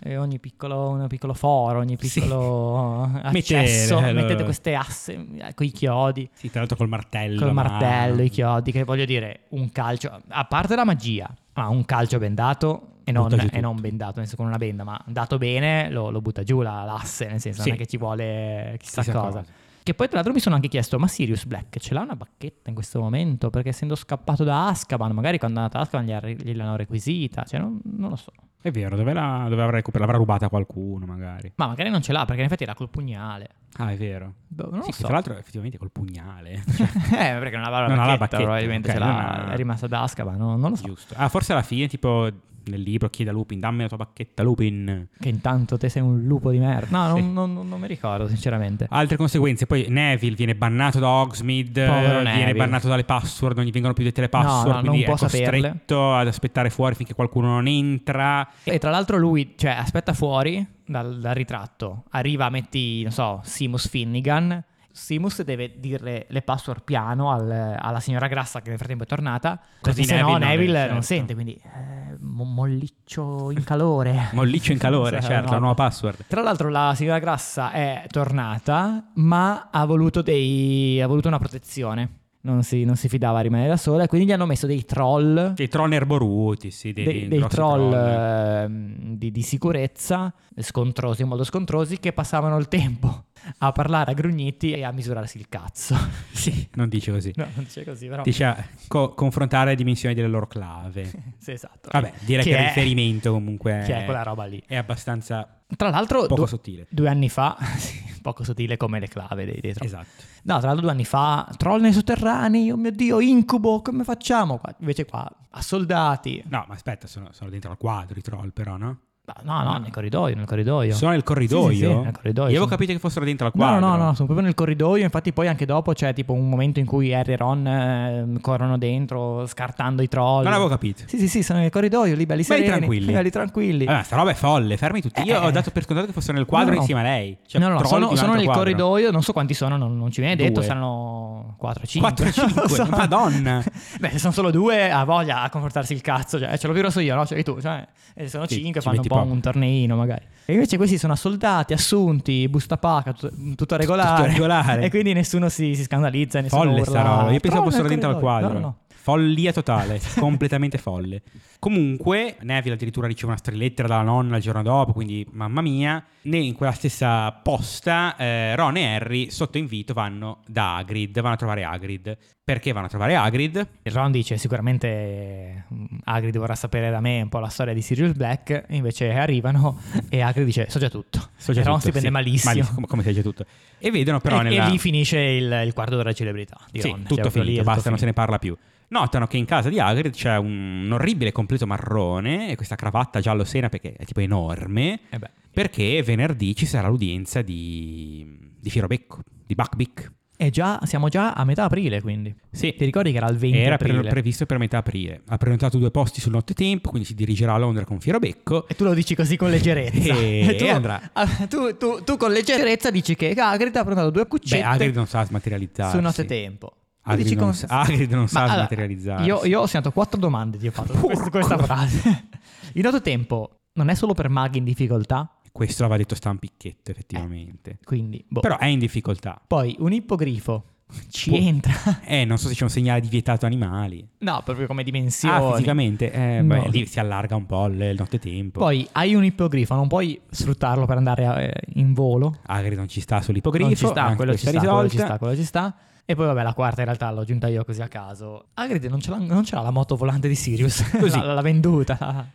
Speaker 2: Eh, ogni piccolo, un piccolo foro, ogni
Speaker 1: Sì.
Speaker 2: piccolo
Speaker 1: Mette-
Speaker 2: accesso,
Speaker 1: eh, lo-
Speaker 2: mettete queste asse con i chiodi,
Speaker 1: Sì, tra l'altro col martello.
Speaker 2: col
Speaker 1: ma-
Speaker 2: martello, i chiodi, che voglio dire, un calcio, a parte la magia, ma un calcio bendato e non,
Speaker 1: Butta giù
Speaker 2: e non bendato, nel senso con una benda, ma dato bene lo, lo butta giù la- l'asse, nel senso
Speaker 1: Sì.
Speaker 2: non è che ci vuole chissà,
Speaker 1: Chissà
Speaker 2: cosa.
Speaker 1: cosa.
Speaker 2: Che poi tra l'altro mi sono anche chiesto, ma Sirius Black ce l'ha una bacchetta in questo momento? Perché essendo scappato da Azkaban, magari quando è andato ad Azkaban gli ha- gliel'hanno requisita, cioè non, non lo so.
Speaker 1: È vero, dove, la, dove avrà recuperato? L'avrà rubata qualcuno, magari.
Speaker 2: Ma magari non ce l'ha, perché in effetti era col pugnale.
Speaker 1: Ah, è vero.
Speaker 2: Boh, non
Speaker 1: Sì,
Speaker 2: lo
Speaker 1: che
Speaker 2: so.
Speaker 1: Tra l'altro, effettivamente col pugnale.
Speaker 2: eh, perché non aveva la
Speaker 1: Non ha
Speaker 2: bacchetta,
Speaker 1: la bacchetta,
Speaker 2: probabilmente
Speaker 1: ok,
Speaker 2: ce l'ha,
Speaker 1: non ha-
Speaker 2: è rimasta da Azkaban, non, non lo so.
Speaker 1: Giusto. Ah, forse alla fine, tipo, nel libro chiede a Lupin, dammi la tua bacchetta, Lupin.
Speaker 2: Che intanto te sei un lupo di merda. No, non-
Speaker 1: Sì.
Speaker 2: non, non- non mi ricordo, sinceramente.
Speaker 1: Altre conseguenze, poi Neville viene bannato da Hogsmeade,
Speaker 2: Povero
Speaker 1: eh, viene
Speaker 2: Neville.
Speaker 1: bannato dalle password, non gli vengono più dette le password,
Speaker 2: No, no,
Speaker 1: quindi è
Speaker 2: non può saperle.
Speaker 1: costretto ad aspettare fuori finché qualcuno non entra.
Speaker 2: E tra l'altro lui, cioè, aspetta fuori dal, dal ritratto, arriva, metti, non so, Simus Finnegan. Simus deve dire le password piano al- alla signora Grassa che nel frattempo è tornata,
Speaker 1: Così
Speaker 2: perché se no
Speaker 1: Neville non-
Speaker 2: Neville non,
Speaker 1: certo.
Speaker 2: sente, quindi eh, mo- molliccio in calore.
Speaker 1: Molliccio in calore,
Speaker 2: Sì,
Speaker 1: certo,
Speaker 2: no.
Speaker 1: la nuova password.
Speaker 2: Tra l'altro la signora Grassa è tornata, ma ha voluto, dei, ha voluto una protezione. Non si, non si fidava a rimanere da sola, e quindi gli hanno messo dei troll
Speaker 1: Dei troll erboruti, sì, dei,
Speaker 2: dei,
Speaker 1: dei
Speaker 2: dei
Speaker 1: grossi
Speaker 2: troll ehm, di, di sicurezza, scontrosi, in modo scontrosi, che passavano il tempo a parlare a grugniti e a misurarsi il cazzo.
Speaker 1: Sì, non dice così.
Speaker 2: No, non c'è così, però.
Speaker 1: Dice ah, co- confrontare le dimensioni delle loro clave.
Speaker 2: Sì, esatto.
Speaker 1: Vabbè, direi che, il riferimento comunque
Speaker 2: Che è quella roba lì.
Speaker 1: è abbastanza
Speaker 2: Tra l'altro,
Speaker 1: poco
Speaker 2: du-
Speaker 1: sottile.
Speaker 2: due anni fa, sì, poco sottile come le clave dei, dei troll.
Speaker 1: Esatto.
Speaker 2: No, tra l'altro due anni fa, troll nei sotterranei, oh mio Dio, incubo, come facciamo? Qua- Invece qua, a soldati.
Speaker 1: No, ma aspetta, sono, sono dentro al quadro i troll però, no?
Speaker 2: No, no, nel corridoio, nel corridoio.
Speaker 1: Sono nel corridoio?
Speaker 2: Sì, sì, sì, nel corridoio.
Speaker 1: Io avevo
Speaker 2: Sono-
Speaker 1: capito che fossero dentro al
Speaker 2: No,
Speaker 1: quadro.
Speaker 2: no, no, sono proprio nel corridoio. Infatti, poi anche dopo c'è tipo un momento in cui Harry e Ron ehm, corrono dentro, scartando i troll.
Speaker 1: Non avevo capito.
Speaker 2: Sì, sì, sì, sono nel corridoio, lì
Speaker 1: Belli
Speaker 2: belli sereni.
Speaker 1: tranquilli.
Speaker 2: Belli tranquilli.
Speaker 1: Allora, sta roba è folle, fermi tutti. Io
Speaker 2: Eh.
Speaker 1: ho dato per scontato che fossero nel quadro
Speaker 2: No, no.
Speaker 1: insieme a lei. Cioè,
Speaker 2: no, no,
Speaker 1: troll di
Speaker 2: sono,
Speaker 1: un
Speaker 2: sono
Speaker 1: altro
Speaker 2: nel
Speaker 1: quadro.
Speaker 2: corridoio, non so quanti sono, non, non ci viene detto,
Speaker 1: Due.
Speaker 2: saranno 4 5.
Speaker 1: 4 5, madonna.
Speaker 2: Beh, se sono solo due, ha voglia a confortarsi il cazzo. Cioè, ce lo viro so io, no? Cioè, tu, cioè, e se sono
Speaker 1: Sì,
Speaker 2: cinque,
Speaker 1: ci
Speaker 2: fanno un
Speaker 1: metti
Speaker 2: po'
Speaker 1: poco.
Speaker 2: un torneino, magari. E invece questi sono assoldati, assunti, busta paca, tut- tutto, regolare.
Speaker 1: regolare.
Speaker 2: e quindi nessuno si, si scandalizza, nessuno
Speaker 1: Folle
Speaker 2: urla.
Speaker 1: sta roba. Io pensavo
Speaker 2: Trovo
Speaker 1: fossero
Speaker 2: nel
Speaker 1: dentro al
Speaker 2: corridoio.
Speaker 1: quadro.
Speaker 2: No, no,
Speaker 1: Follia totale, completamente folle. Comunque, Neville addirittura riceve una strilettera dalla nonna il giorno dopo, quindi mamma mia. Né in quella stessa posta, eh, Ron e Harry, sotto invito, vanno da Hagrid, vanno a trovare Hagrid. Perché vanno a trovare Hagrid?
Speaker 2: no. Ron dice sicuramente eh, Hagrid vorrà sapere da me un po' la storia di Sirius Black, invece arrivano e Hagrid dice so già tutto.
Speaker 1: So già
Speaker 2: e Ron
Speaker 1: tutto,
Speaker 2: si prende
Speaker 1: sì.
Speaker 2: malissimo.
Speaker 1: come, come si dice tutto. E vedono però
Speaker 2: e,
Speaker 1: nella...
Speaker 2: e lì finisce il, il quarto d'ora di celebrità di
Speaker 1: Sì,
Speaker 2: Ron. Cioè,
Speaker 1: tutto
Speaker 2: proprio lì
Speaker 1: finito,
Speaker 2: è tutto
Speaker 1: basta, non se
Speaker 2: finito.
Speaker 1: ne parla più. Notano che in casa di Hagrid c'è un, un orribile completo marrone e questa cravatta giallo sena perché è tipo enorme,
Speaker 2: Eh beh.
Speaker 1: perché venerdì ci sarà l'udienza di, di Firobecco, di Buckbeak.
Speaker 2: E già, siamo già a metà aprile, quindi.
Speaker 1: Sì.
Speaker 2: Ti ricordi che era il 20
Speaker 1: Era pre-
Speaker 2: aprile?
Speaker 1: previsto per metà aprile. Ha prenotato due posti sul nottetempo, quindi si dirigerà a Londra con Firobecco.
Speaker 2: e tu lo dici così con leggerezza.
Speaker 1: E-
Speaker 2: tu,
Speaker 1: e andrà.
Speaker 2: ah, Tu, tu- tu con leggerezza dici che Hagrid ha prenotato due
Speaker 1: Beh, Hagrid
Speaker 2: cuccette
Speaker 1: non sa smaterializzare.
Speaker 2: su notte tempo.
Speaker 1: Hagrid non sa- ah, Hagrid non sa smaterializzarsi.
Speaker 2: Io, io ho segnato quattro domande ti ho fatto su questa, questa frase. Il notte tempo non è solo per maghi in difficoltà,
Speaker 1: Questo l'aveva detto Stampicchietto, effettivamente.
Speaker 2: quindi... boh.
Speaker 1: Però è in difficoltà.
Speaker 2: Poi un ippogrifo ci
Speaker 1: Può-
Speaker 2: entra.
Speaker 1: Eh, non so se c'è un segnale di vietato animali.
Speaker 2: No, proprio come dimensione.
Speaker 1: Ah, fisicamente? Boh. Eh,
Speaker 2: No.
Speaker 1: beh, lì si allarga un po' il il nottetempo.
Speaker 2: Poi hai un ippogrifo, non puoi sfruttarlo per andare eh, in volo.
Speaker 1: Agri non ci sta sull'ippogrifo.
Speaker 2: non ci sta,
Speaker 1: anche
Speaker 2: quello ci
Speaker 1: questa
Speaker 2: sta,
Speaker 1: è
Speaker 2: quello ci
Speaker 1: risolta.
Speaker 2: sta, quello ci sta. E poi vabbè, la quarta in realtà l'ho aggiunta io così a caso. Hagrid non ce l'ha, non ce l'ha la moto volante di Sirius,
Speaker 1: Così.
Speaker 2: la, la venduta, la,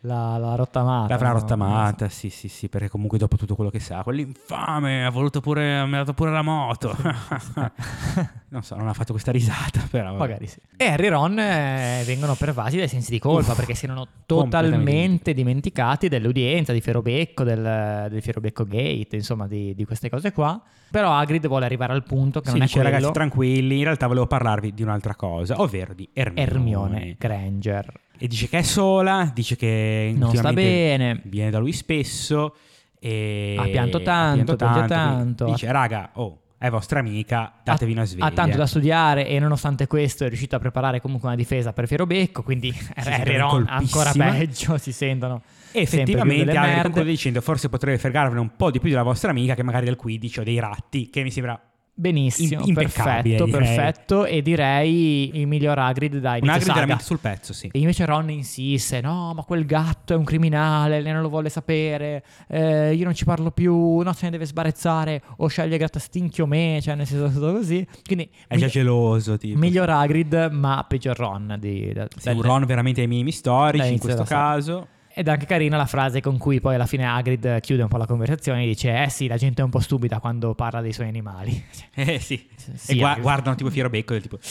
Speaker 2: la, la rottamata.
Speaker 1: L'avrà
Speaker 2: no?
Speaker 1: rottamata, sì, sì, sì, perché comunque dopo tutto quello che sa, quell'infame ha voluto pure, mi ha dato pure la moto. non so, non ha fatto questa risata, però. vabbè.
Speaker 2: Magari sì. E Harry e Ron eh, vengono pervasi dai sensi di colpa perché si erano
Speaker 1: completamente.
Speaker 2: totalmente dimenticati dell'udienza di Ferobecco, del, del Ferobecco Gate, insomma di, di queste cose qua. Però Hagrid vuole arrivare al punto che
Speaker 1: Sì,
Speaker 2: non è
Speaker 1: dice,
Speaker 2: quello
Speaker 1: ragazzi, tranquilli, in realtà volevo parlarvi di un'altra cosa, ovvero di Hermione.
Speaker 2: Hermione Granger.
Speaker 1: E dice che è sola, dice che
Speaker 2: Non sta
Speaker 1: ultimamente
Speaker 2: bene.
Speaker 1: viene da lui spesso e
Speaker 2: Ha pianto tanto, piange tanto.
Speaker 1: quindi Dice "Raga, oh, è vostra amica, datevi una sveglia".
Speaker 2: Ha tanto da studiare e nonostante questo è riuscito a preparare comunque una difesa per Fierobecco, quindi Harry e
Speaker 1: sentono
Speaker 2: Ron ancora
Speaker 1: colpissima.
Speaker 2: peggio, si sentono
Speaker 1: e effettivamente ha conclude dicendo "Forse potrei fregarvene un po' di più della vostra amica che magari del 15 o dei ratti", che mi sembra
Speaker 2: Benissimo,
Speaker 1: im- impeccabile,
Speaker 2: perfetto,
Speaker 1: direi.
Speaker 2: perfetto e direi il miglior Hagrid dai
Speaker 1: un
Speaker 2: inizio
Speaker 1: agri
Speaker 2: saga.
Speaker 1: veramente sul pezzo, sì.
Speaker 2: E invece Ron insiste, no, ma quel gatto è un criminale, lei non lo vuole sapere, eh, io non ci parlo più, no, se ne deve sbarazzare, o sceglie grattastinchio me, cioè nel senso tutto così. Quindi
Speaker 1: È già
Speaker 2: migli-
Speaker 1: geloso, tipo.
Speaker 2: miglior Hagrid, ma peggior Ron. Di, da-
Speaker 1: Sì, un
Speaker 2: da-
Speaker 1: Ron veramente ai minimi storici in
Speaker 2: Dall'inizio
Speaker 1: questo
Speaker 2: della saga.
Speaker 1: caso.
Speaker 2: Ed è anche carina la frase con cui poi alla fine Hagrid chiude un po' la conversazione e dice, eh sì, la gente è un po' stupida quando parla dei suoi animali. Cioè,
Speaker 1: Eh sì.
Speaker 2: Sì,
Speaker 1: e gua-
Speaker 2: Hagrid.
Speaker 1: guardano tipo Fierobecco del tipo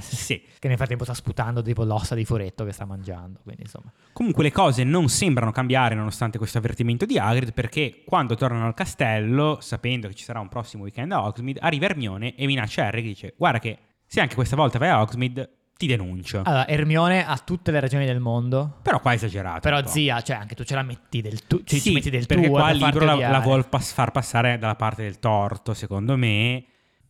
Speaker 1: Sì.
Speaker 2: Che nel frattempo sta sputando tipo l'ossa di furetto che sta mangiando, quindi insomma.
Speaker 1: Comunque le cose non sembrano cambiare nonostante questo avvertimento di Hagrid perché quando tornano al castello, sapendo che ci sarà un prossimo weekend a Hogsmeade, arriva Hermione e minaccia Harry che dice guarda che se anche questa volta vai a Hogsmeade ti denuncio.
Speaker 2: Allora, Hermione ha tutte le ragioni del mondo.
Speaker 1: Però qua è esagerato.
Speaker 2: Però
Speaker 1: un po'.
Speaker 2: zia, cioè anche tu ce la metti del tu, cioè,
Speaker 1: Certo. Sì,
Speaker 2: ci metti del
Speaker 1: perché
Speaker 2: tuo
Speaker 1: qua
Speaker 2: per
Speaker 1: il
Speaker 2: farti eh.
Speaker 1: libro la,
Speaker 2: odiare.
Speaker 1: la vuol pas- far passare dalla parte del torto, secondo me,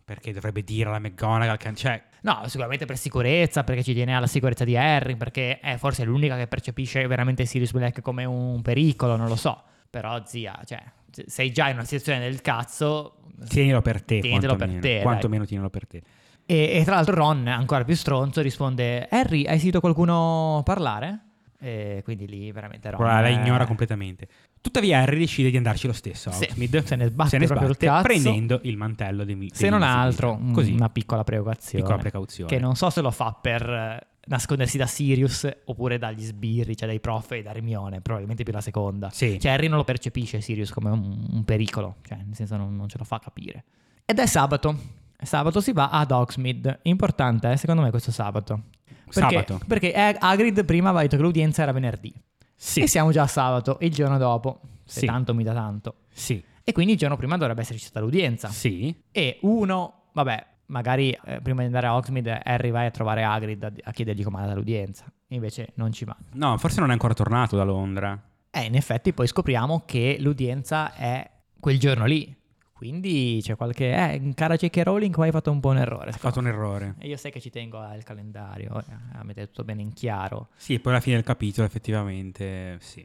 Speaker 1: perché dovrebbe dire alla McGonagall che... Cioè,
Speaker 2: No, sicuramente per sicurezza, perché ci tiene alla sicurezza di Harry, perché è forse l'unica che percepisce veramente Sirius Black come un pericolo, non lo so. Però zia, cioè, se- sei già in una situazione del cazzo.
Speaker 1: tienilo per te.
Speaker 2: Tienitelo per
Speaker 1: quantomeno.
Speaker 2: te, dai.
Speaker 1: Quantomeno tienilo per te.
Speaker 2: E, e tra l'altro Ron, ancora più stronzo, risponde Harry, hai sentito qualcuno parlare? E quindi lì veramente Ron...
Speaker 1: Guarda, la
Speaker 2: eh,
Speaker 1: ignora completamente. Tuttavia Harry decide di andarci lo stesso a
Speaker 2: Sì,
Speaker 1: Hogsmeade.
Speaker 2: se ne sbatte
Speaker 1: Se ne
Speaker 2: proprio il
Speaker 1: sbatte,
Speaker 2: cazzo.
Speaker 1: prendendo il mantello dei mi-
Speaker 2: Se non
Speaker 1: degli
Speaker 2: altro,
Speaker 1: invisibili.
Speaker 2: un-
Speaker 1: Così,
Speaker 2: una piccola preoccupazione.
Speaker 1: piccola precauzione.
Speaker 2: Che non so se lo fa per eh, nascondersi da Sirius oppure dagli sbirri, cioè dai prof e da Hermione, probabilmente più la seconda.
Speaker 1: Sì.
Speaker 2: Cioè Harry non lo percepisce Sirius come un, un pericolo, cioè nel senso non, non ce lo fa capire. Ed è sabato. Sabato si va ad Oxmid. Importante, eh, secondo me, questo sabato. Perché,
Speaker 1: Sabato.
Speaker 2: Perché eh, Hagrid prima aveva detto che l'udienza era venerdì.
Speaker 1: Sì,
Speaker 2: E siamo già a sabato, il giorno dopo. Se
Speaker 1: Sì.
Speaker 2: tanto mi dà tanto.
Speaker 1: sì,
Speaker 2: E quindi il giorno prima dovrebbe esserci stata l'udienza.
Speaker 1: sì.
Speaker 2: E uno, vabbè, magari eh, prima di andare a Hogsmeade Harry vai a trovare Hagrid a, a chiedergli com'è andata l'udienza. Invece non ci va.
Speaker 1: No, forse non è ancora tornato da Londra.
Speaker 2: Eh, E in effetti poi scopriamo che l'udienza è quel giorno lì. Quindi c'è qualche... Eh, cara J.K. Rowling, qua hai fatto un buon errore.
Speaker 1: Ha fatto un errore.
Speaker 2: E io sai che ci tengo al calendario, eh, a mettere tutto bene in chiaro.
Speaker 1: Sì, poi alla fine del capitolo effettivamente sì.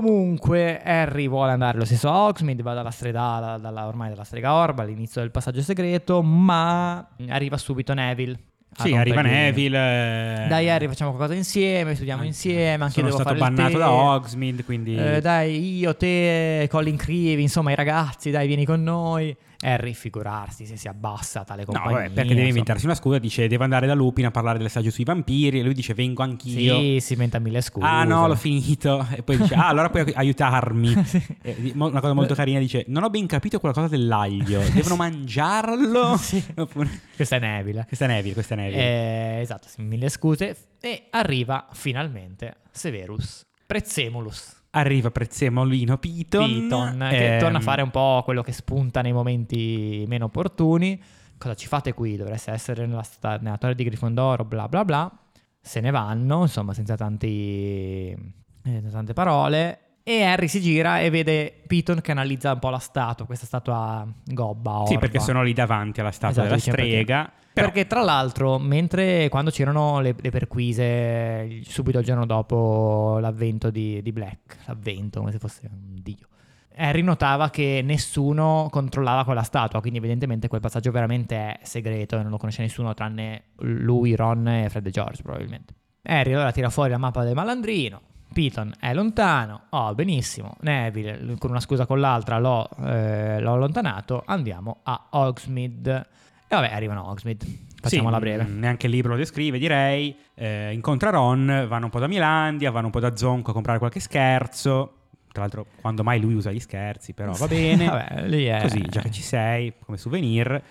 Speaker 2: Comunque, Harry vuole andare lo stesso a Hogsmeade, va dalla strega, dalla, dalla- ormai dalla strega Orba all'inizio del passaggio segreto, ma arriva subito Neville. a
Speaker 1: Sì, arriva
Speaker 2: rompergli-
Speaker 1: Neville. eh,
Speaker 2: Dai Harry, facciamo qualcosa insieme, studiamo
Speaker 1: anche-
Speaker 2: insieme, anche
Speaker 1: sono
Speaker 2: io devo
Speaker 1: stato
Speaker 2: fare il
Speaker 1: bannato
Speaker 2: tè.
Speaker 1: da Hogsmeade, quindi-
Speaker 2: Eh, dai, io, te, Colin Creevy, insomma i ragazzi, dai vieni con noi. Harry, figurarsi se si abbassa a tale
Speaker 1: No,
Speaker 2: compagnia.
Speaker 1: vabbè, perché deve
Speaker 2: insomma.
Speaker 1: inventarsi una scusa, dice devo andare da Lupin a parlare del saggio sui vampiri e lui dice vengo anch'io.
Speaker 2: Sì, si inventa mille scuse.
Speaker 1: Ah no, l'ho finito. E poi dice, ah allora puoi aiutarmi. Eh, di- mo- Una cosa molto carina dice, non ho ben capito qualcosa dell'aglio, devono mangiarlo?
Speaker 2: Sì.
Speaker 1: Oppure-
Speaker 2: Questa è Neville.
Speaker 1: Ecco. Questa è Neville, questa è Neville.
Speaker 2: Eh, esatto, sì, mille scuse. E arriva finalmente Severus Prezzemulus
Speaker 1: Arriva Prezzemolino Piton.
Speaker 2: Piton, eh, che
Speaker 1: ehm,
Speaker 2: torna a fare un po' quello che spunta nei momenti meno opportuni. Cosa ci fate qui? Dovreste essere nella, sta- nella torre di Grifondoro, bla bla bla. Se ne vanno, insomma, senza tanti, eh, tante parole. E Harry si gira e vede Piton che analizza un po' la statua, questa statua gobba.
Speaker 1: Sì,
Speaker 2: orba.
Speaker 1: perché sono lì davanti alla statua
Speaker 2: Esatto,
Speaker 1: della
Speaker 2: dice, perché-
Speaker 1: strega. Però-
Speaker 2: Perché tra l'altro, mentre quando c'erano le, le perquise il- subito il giorno dopo l'avvento di, di Black, l'avvento come se fosse un dio, Harry notava Eh, che nessuno controllava quella statua, quindi evidentemente quel passaggio veramente è segreto e non lo conosce nessuno tranne lui, Ron e Fred e George probabilmente. Harry allora tira fuori la mappa del malandrino, Piton è lontano, oh benissimo, Neville con una scusa con l'altra l'ho, eh, l'ho allontanato, andiamo a Hogsmeade. E vabbè, arrivano a Hogsmeade, facciamola
Speaker 1: Sì,
Speaker 2: breve.
Speaker 1: mh, Neanche il libro lo descrive, direi. Eh, incontra Ron, vanno un po' da Milandia, vanno un po' da Zonco a comprare qualche scherzo. Tra l'altro, quando mai lui usa gli scherzi, però va bene.
Speaker 2: Vabbè, lì è-
Speaker 1: Così, già che ci sei, come souvenir.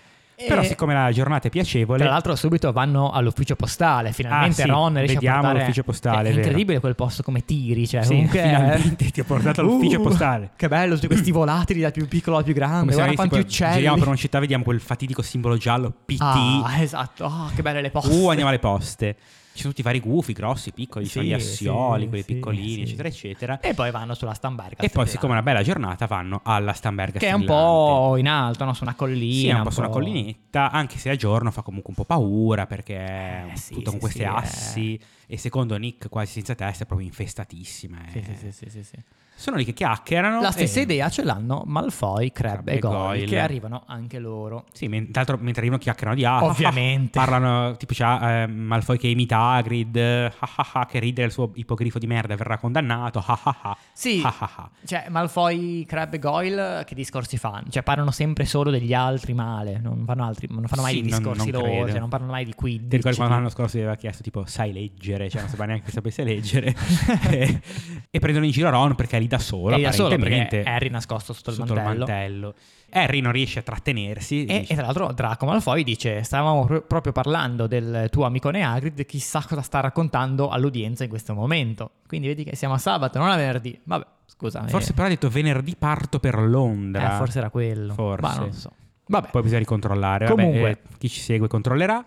Speaker 2: E-
Speaker 1: Però, siccome la giornata è piacevole,
Speaker 2: Tra l'altro subito vanno all'ufficio postale, finalmente
Speaker 1: Ah, sì,
Speaker 2: Ron riesce
Speaker 1: vediamo
Speaker 2: a portare... Cioè,
Speaker 1: l'ufficio postale,
Speaker 2: È
Speaker 1: è vero.
Speaker 2: incredibile quel posto come tiri, cioè
Speaker 1: Sì,
Speaker 2: comunque...
Speaker 1: finalmente ti ho portato all'ufficio
Speaker 2: Uh,
Speaker 1: postale.
Speaker 2: Che bello, tutti questi volatili dal più piccolo al più grande,
Speaker 1: come siamo
Speaker 2: guarda
Speaker 1: visti,
Speaker 2: quanti
Speaker 1: poi
Speaker 2: uccelli.
Speaker 1: giriamo per una città, vediamo quel fatidico simbolo giallo PT.
Speaker 2: Ah, esatto, Ah, che belle le poste.
Speaker 1: Uh, andiamo alle poste. Ci sono tutti i vari gufi, grossi, piccoli, ci sono
Speaker 2: Sì,
Speaker 1: gli assioli,
Speaker 2: sì,
Speaker 1: quelli
Speaker 2: sì,
Speaker 1: piccolini,
Speaker 2: sì.
Speaker 1: eccetera, eccetera.
Speaker 2: E poi vanno sulla Stamberga.
Speaker 1: E poi, siccome è una bella giornata, vanno alla Stamberga
Speaker 2: Che è un
Speaker 1: Strillante.
Speaker 2: po' in alto, no? su una collina.
Speaker 1: Sì, è un po' su una collinetta, anche se a giorno fa comunque un po' paura perché è
Speaker 2: Eh, sì,
Speaker 1: tutto
Speaker 2: sì,
Speaker 1: con queste
Speaker 2: sì,
Speaker 1: assi e secondo Nick quasi senza testa è proprio infestatissima. eh.
Speaker 2: Sì, sì, sì, sì, sì, sì.
Speaker 1: Sono lì che chiacchierano.
Speaker 2: La stessa
Speaker 1: e-
Speaker 2: idea ce l'hanno Malfoy, Crab
Speaker 1: Crabbe
Speaker 2: e
Speaker 1: eh. e
Speaker 2: Goyle,
Speaker 1: Goyle.
Speaker 2: che arrivano anche loro.
Speaker 1: Sì, men- tra l'altro mentre arrivano chiacchierano di ah,
Speaker 2: Ovviamente.
Speaker 1: ah, ah, parlano tipo c'ha eh, Malfoy che imita Hagrid, ah, ah, ah, che ride il suo ipogrifo di merda, verrà condannato. ah, ah, ah.
Speaker 2: Sì,
Speaker 1: Ah, ah, ah.
Speaker 2: cioè Malfoy, Crab e Goyle che discorsi fanno? Cioè parlano sempre solo degli altri male, non fanno, altri, non fanno mai
Speaker 1: Sì,
Speaker 2: di
Speaker 1: non-
Speaker 2: discorsi
Speaker 1: non
Speaker 2: loro,
Speaker 1: credo.
Speaker 2: cioè non parlano mai di qui.
Speaker 1: Ti ricordi quando l'anno scorso gli aveva chiesto tipo sai leggere, cioè non sapeva neanche che sapesse leggere e, e prendono in giro Ron perché è lì da solo,
Speaker 2: È lì da solo,
Speaker 1: apparentemente
Speaker 2: perché Harry è nascosto sotto il mantello.
Speaker 1: mantello. Harry non riesce a trattenersi
Speaker 2: E,
Speaker 1: dice,
Speaker 2: e tra l'altro Draco Malfoy dice stavamo pro- proprio parlando del tuo amico Neagrid, chissà cosa sta raccontando all'udienza in questo momento. Quindi vedi che siamo a sabato, non a venerdì. Vabbè, scusa.
Speaker 1: forse
Speaker 2: eh,
Speaker 1: però ha detto venerdì parto per Londra.
Speaker 2: eh, forse era quello.
Speaker 1: Forse.
Speaker 2: Ma non lo so. Vabbè.
Speaker 1: Poi bisogna ricontrollare. Vabbè,
Speaker 2: Comunque.
Speaker 1: eh, chi ci segue controllerà.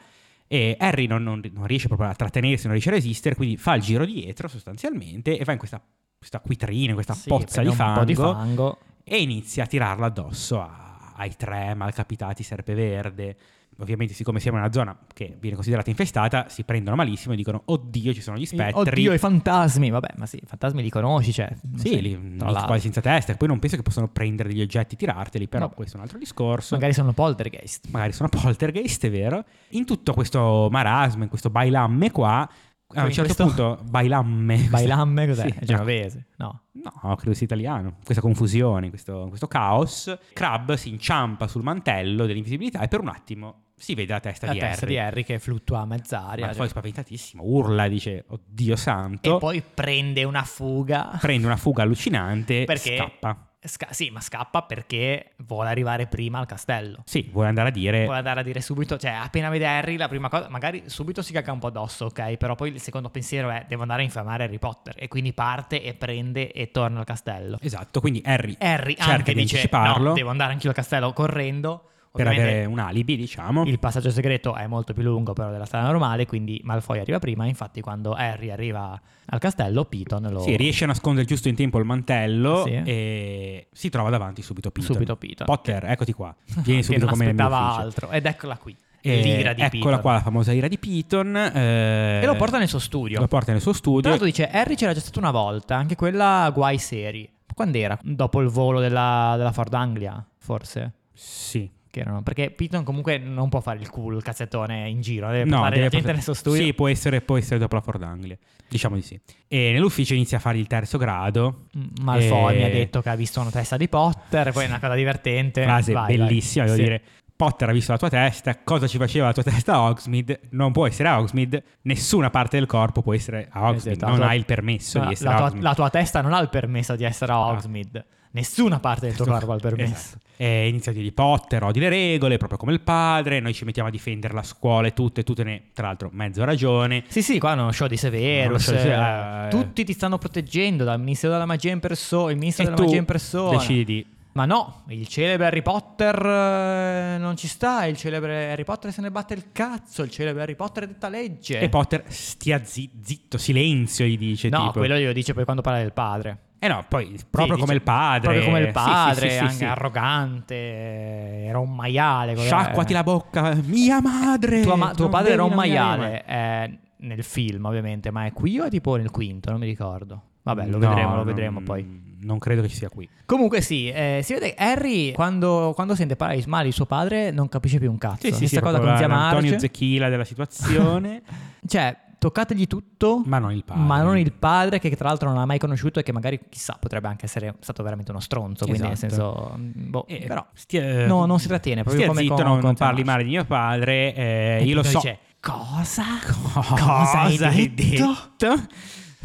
Speaker 1: E Harry non, non- non riesce proprio a trattenersi, non riesce a resistere, quindi fa il giro dietro sostanzialmente e va in questa, questa quitrina, in questa
Speaker 2: Sì,
Speaker 1: pozza
Speaker 2: prende
Speaker 1: di
Speaker 2: un
Speaker 1: fango,
Speaker 2: po' di fango.
Speaker 1: e inizia a tirarla addosso a- ai tre malcapitati serpeverde. Ovviamente, siccome siamo in una zona che viene considerata infestata, si prendono malissimo e dicono: Oddio, ci sono gli spettri.
Speaker 2: Oddio, i fantasmi. Vabbè, ma sì, i fantasmi li conosci, cioè. non
Speaker 1: Sì,
Speaker 2: sei-
Speaker 1: li,
Speaker 2: tra
Speaker 1: li-
Speaker 2: l'altro.
Speaker 1: quasi senza testa. e Poi non penso che possano prendere degli oggetti e tirarteli, però
Speaker 2: No.
Speaker 1: questo è un altro discorso.
Speaker 2: Magari sono poltergeist.
Speaker 1: magari sono poltergeist, è vero? In tutto questo marasma, in questo bailamme qua, a un
Speaker 2: Quindi
Speaker 1: certo
Speaker 2: questo-
Speaker 1: punto, bailamme.
Speaker 2: Bailamme cos'è?
Speaker 1: Sì,
Speaker 2: È Genovese. No.
Speaker 1: No, credo sia italiano. Questa confusione, questo, questo caos. Crab si inciampa sul mantello dell'invisibilità e per un attimo si vede la testa
Speaker 2: La
Speaker 1: di
Speaker 2: testa
Speaker 1: Harry.
Speaker 2: di Harry che fluttua a mezz'aria.
Speaker 1: Ma
Speaker 2: cioè.
Speaker 1: poi spaventatissimo, urla, dice, oddio santo.
Speaker 2: E poi prende una fuga.
Speaker 1: prende una fuga allucinante
Speaker 2: Perché?
Speaker 1: e scappa.
Speaker 2: Sca- sì, ma scappa perché vuole arrivare prima al castello.
Speaker 1: Sì, vuole andare a dire...
Speaker 2: Vuole andare a dire subito, cioè appena vede Harry la prima cosa, magari subito si caga un po' addosso, ok? Però poi il secondo pensiero è devo andare a infamare Harry Potter e quindi parte e prende e torna al castello.
Speaker 1: Esatto, quindi Harry,
Speaker 2: Harry
Speaker 1: cerca
Speaker 2: anche
Speaker 1: di
Speaker 2: dice
Speaker 1: anticiparlo.
Speaker 2: no, devo andare anch'io al castello correndo.
Speaker 1: per
Speaker 2: Ovviamente
Speaker 1: avere un alibi, diciamo.
Speaker 2: Il passaggio segreto è molto più lungo però della strada normale, quindi Malfoy arriva prima, infatti quando Harry arriva al castello, Piton lo...
Speaker 1: Sì, riesce a nascondere giusto in tempo il mantello
Speaker 2: Sì.
Speaker 1: e si trova davanti subito Piton.
Speaker 2: Subito Piton.
Speaker 1: Potter, eccoti qua. Vieni
Speaker 2: che
Speaker 1: subito
Speaker 2: non
Speaker 1: come nel mio
Speaker 2: aspettava
Speaker 1: ufficio.
Speaker 2: altro. Ed eccola qui,
Speaker 1: E
Speaker 2: l'ira di
Speaker 1: Eh, eccola
Speaker 2: Piton.
Speaker 1: qua la famosa ira di Piton. eh,
Speaker 2: E lo porta nel suo studio.
Speaker 1: lo porta nel suo
Speaker 2: Tra
Speaker 1: studio.
Speaker 2: l'altro dice, Harry c'era già stata una volta, anche quella guai seri. Quando era? Dopo il volo della, della Ford Anglia, forse?
Speaker 1: Sì.
Speaker 2: Che erano- perché Piton comunque non può fare il culo, il cazzettone in giro, deve
Speaker 1: No,
Speaker 2: portare
Speaker 1: deve
Speaker 2: la gente
Speaker 1: portare-
Speaker 2: nel suo studio.
Speaker 1: Sì, può essere, può essere dopo la Ford Anglia. Diciamo di sì. E nell'ufficio inizia a fare il terzo grado.
Speaker 2: Mm, Malfoy
Speaker 1: E-
Speaker 2: mi ha detto che ha visto una testa di Potter, poi è una cosa divertente.
Speaker 1: Frase
Speaker 2: Vai, vai.
Speaker 1: bellissima, devo
Speaker 2: Sì.
Speaker 1: dire. Potter ha visto la tua testa, cosa ci faceva la tua testa a Hogsmeade? Non può essere a Hogsmeade, nessuna parte del corpo può essere a Hogsmeade,
Speaker 2: Esatto, la
Speaker 1: non
Speaker 2: tua-
Speaker 1: hai il permesso
Speaker 2: la,
Speaker 1: di essere
Speaker 2: la
Speaker 1: a
Speaker 2: tua,
Speaker 1: Hogsmeade. Ah.
Speaker 2: la tua testa non ha il permesso di essere a Hogsmeade. Nessuna parte del tuo corpo ha il permesso.
Speaker 1: Esatto. E inizia a dire di Potter, odi le regole, proprio come il padre, noi ci mettiamo a difendere la scuola e tutte, tutte ne, tra l'altro, mezzo ragione.
Speaker 2: Sì, sì, qua è uno show di
Speaker 1: Uno
Speaker 2: Severus.
Speaker 1: show di
Speaker 2: eh,
Speaker 1: Severus, eh.
Speaker 2: Tutti ti stanno proteggendo dal Ministero della Magia in persona, il Ministro
Speaker 1: e
Speaker 2: della
Speaker 1: tu
Speaker 2: Magia in persona.
Speaker 1: decidi di
Speaker 2: Ma no, il celebre Harry Potter eh, non ci sta, il celebre Harry Potter se ne batte il cazzo, il celebre Harry Potter detta legge.
Speaker 1: E Potter stia zi- zitto, silenzio gli dice.
Speaker 2: no,
Speaker 1: tipo.
Speaker 2: quello glielo dice poi quando parla del padre.
Speaker 1: Eh no, poi proprio
Speaker 2: Sì,
Speaker 1: come
Speaker 2: dice-
Speaker 1: il padre.
Speaker 2: Proprio come il
Speaker 1: Sì, sì, sì,
Speaker 2: padre,
Speaker 1: sì,
Speaker 2: anche
Speaker 1: sì.
Speaker 2: arrogante, eh, era un maiale. quello- eh.
Speaker 1: Sciacquati la bocca, mia madre.
Speaker 2: Tua ma- tuo
Speaker 1: non
Speaker 2: padre era
Speaker 1: devi
Speaker 2: un
Speaker 1: nominare mai.
Speaker 2: maiale eh, nel film, ovviamente, ma è qui o è tipo nel quinto? Non mi ricordo. Vabbè,
Speaker 1: No,
Speaker 2: lo
Speaker 1: mm.
Speaker 2: vedremo, lo
Speaker 1: non-
Speaker 2: vedremo poi.
Speaker 1: Non credo che ci sia qui.
Speaker 2: Comunque sì, eh, si vede che Harry quando, quando sente parlare di male di suo padre non capisce più un cazzo.
Speaker 1: Sì, sì,
Speaker 2: Stessa
Speaker 1: sì,
Speaker 2: cosa
Speaker 1: proprio
Speaker 2: con zia
Speaker 1: la- Antonio
Speaker 2: Marge.
Speaker 1: Zecchila della situazione,
Speaker 2: Cioè, toccategli tutto,
Speaker 1: ma non il padre.
Speaker 2: ma non il padre che tra l'altro non ha mai conosciuto e che magari chissà potrebbe anche essere stato veramente uno stronzo. Quindi nel
Speaker 1: Esatto.
Speaker 2: senso... mm, Boh,
Speaker 1: Eh,
Speaker 2: però...
Speaker 1: stia-
Speaker 2: No, non si trattiene, proprio
Speaker 1: stia
Speaker 2: come
Speaker 1: zitto,
Speaker 2: con-
Speaker 1: non,
Speaker 2: con
Speaker 1: non
Speaker 2: zia
Speaker 1: parli
Speaker 2: Marge.
Speaker 1: male di mio padre. eh,
Speaker 2: E
Speaker 1: io lo
Speaker 2: Piton
Speaker 1: so.
Speaker 2: dice, cosa?
Speaker 1: Cosa hai detto?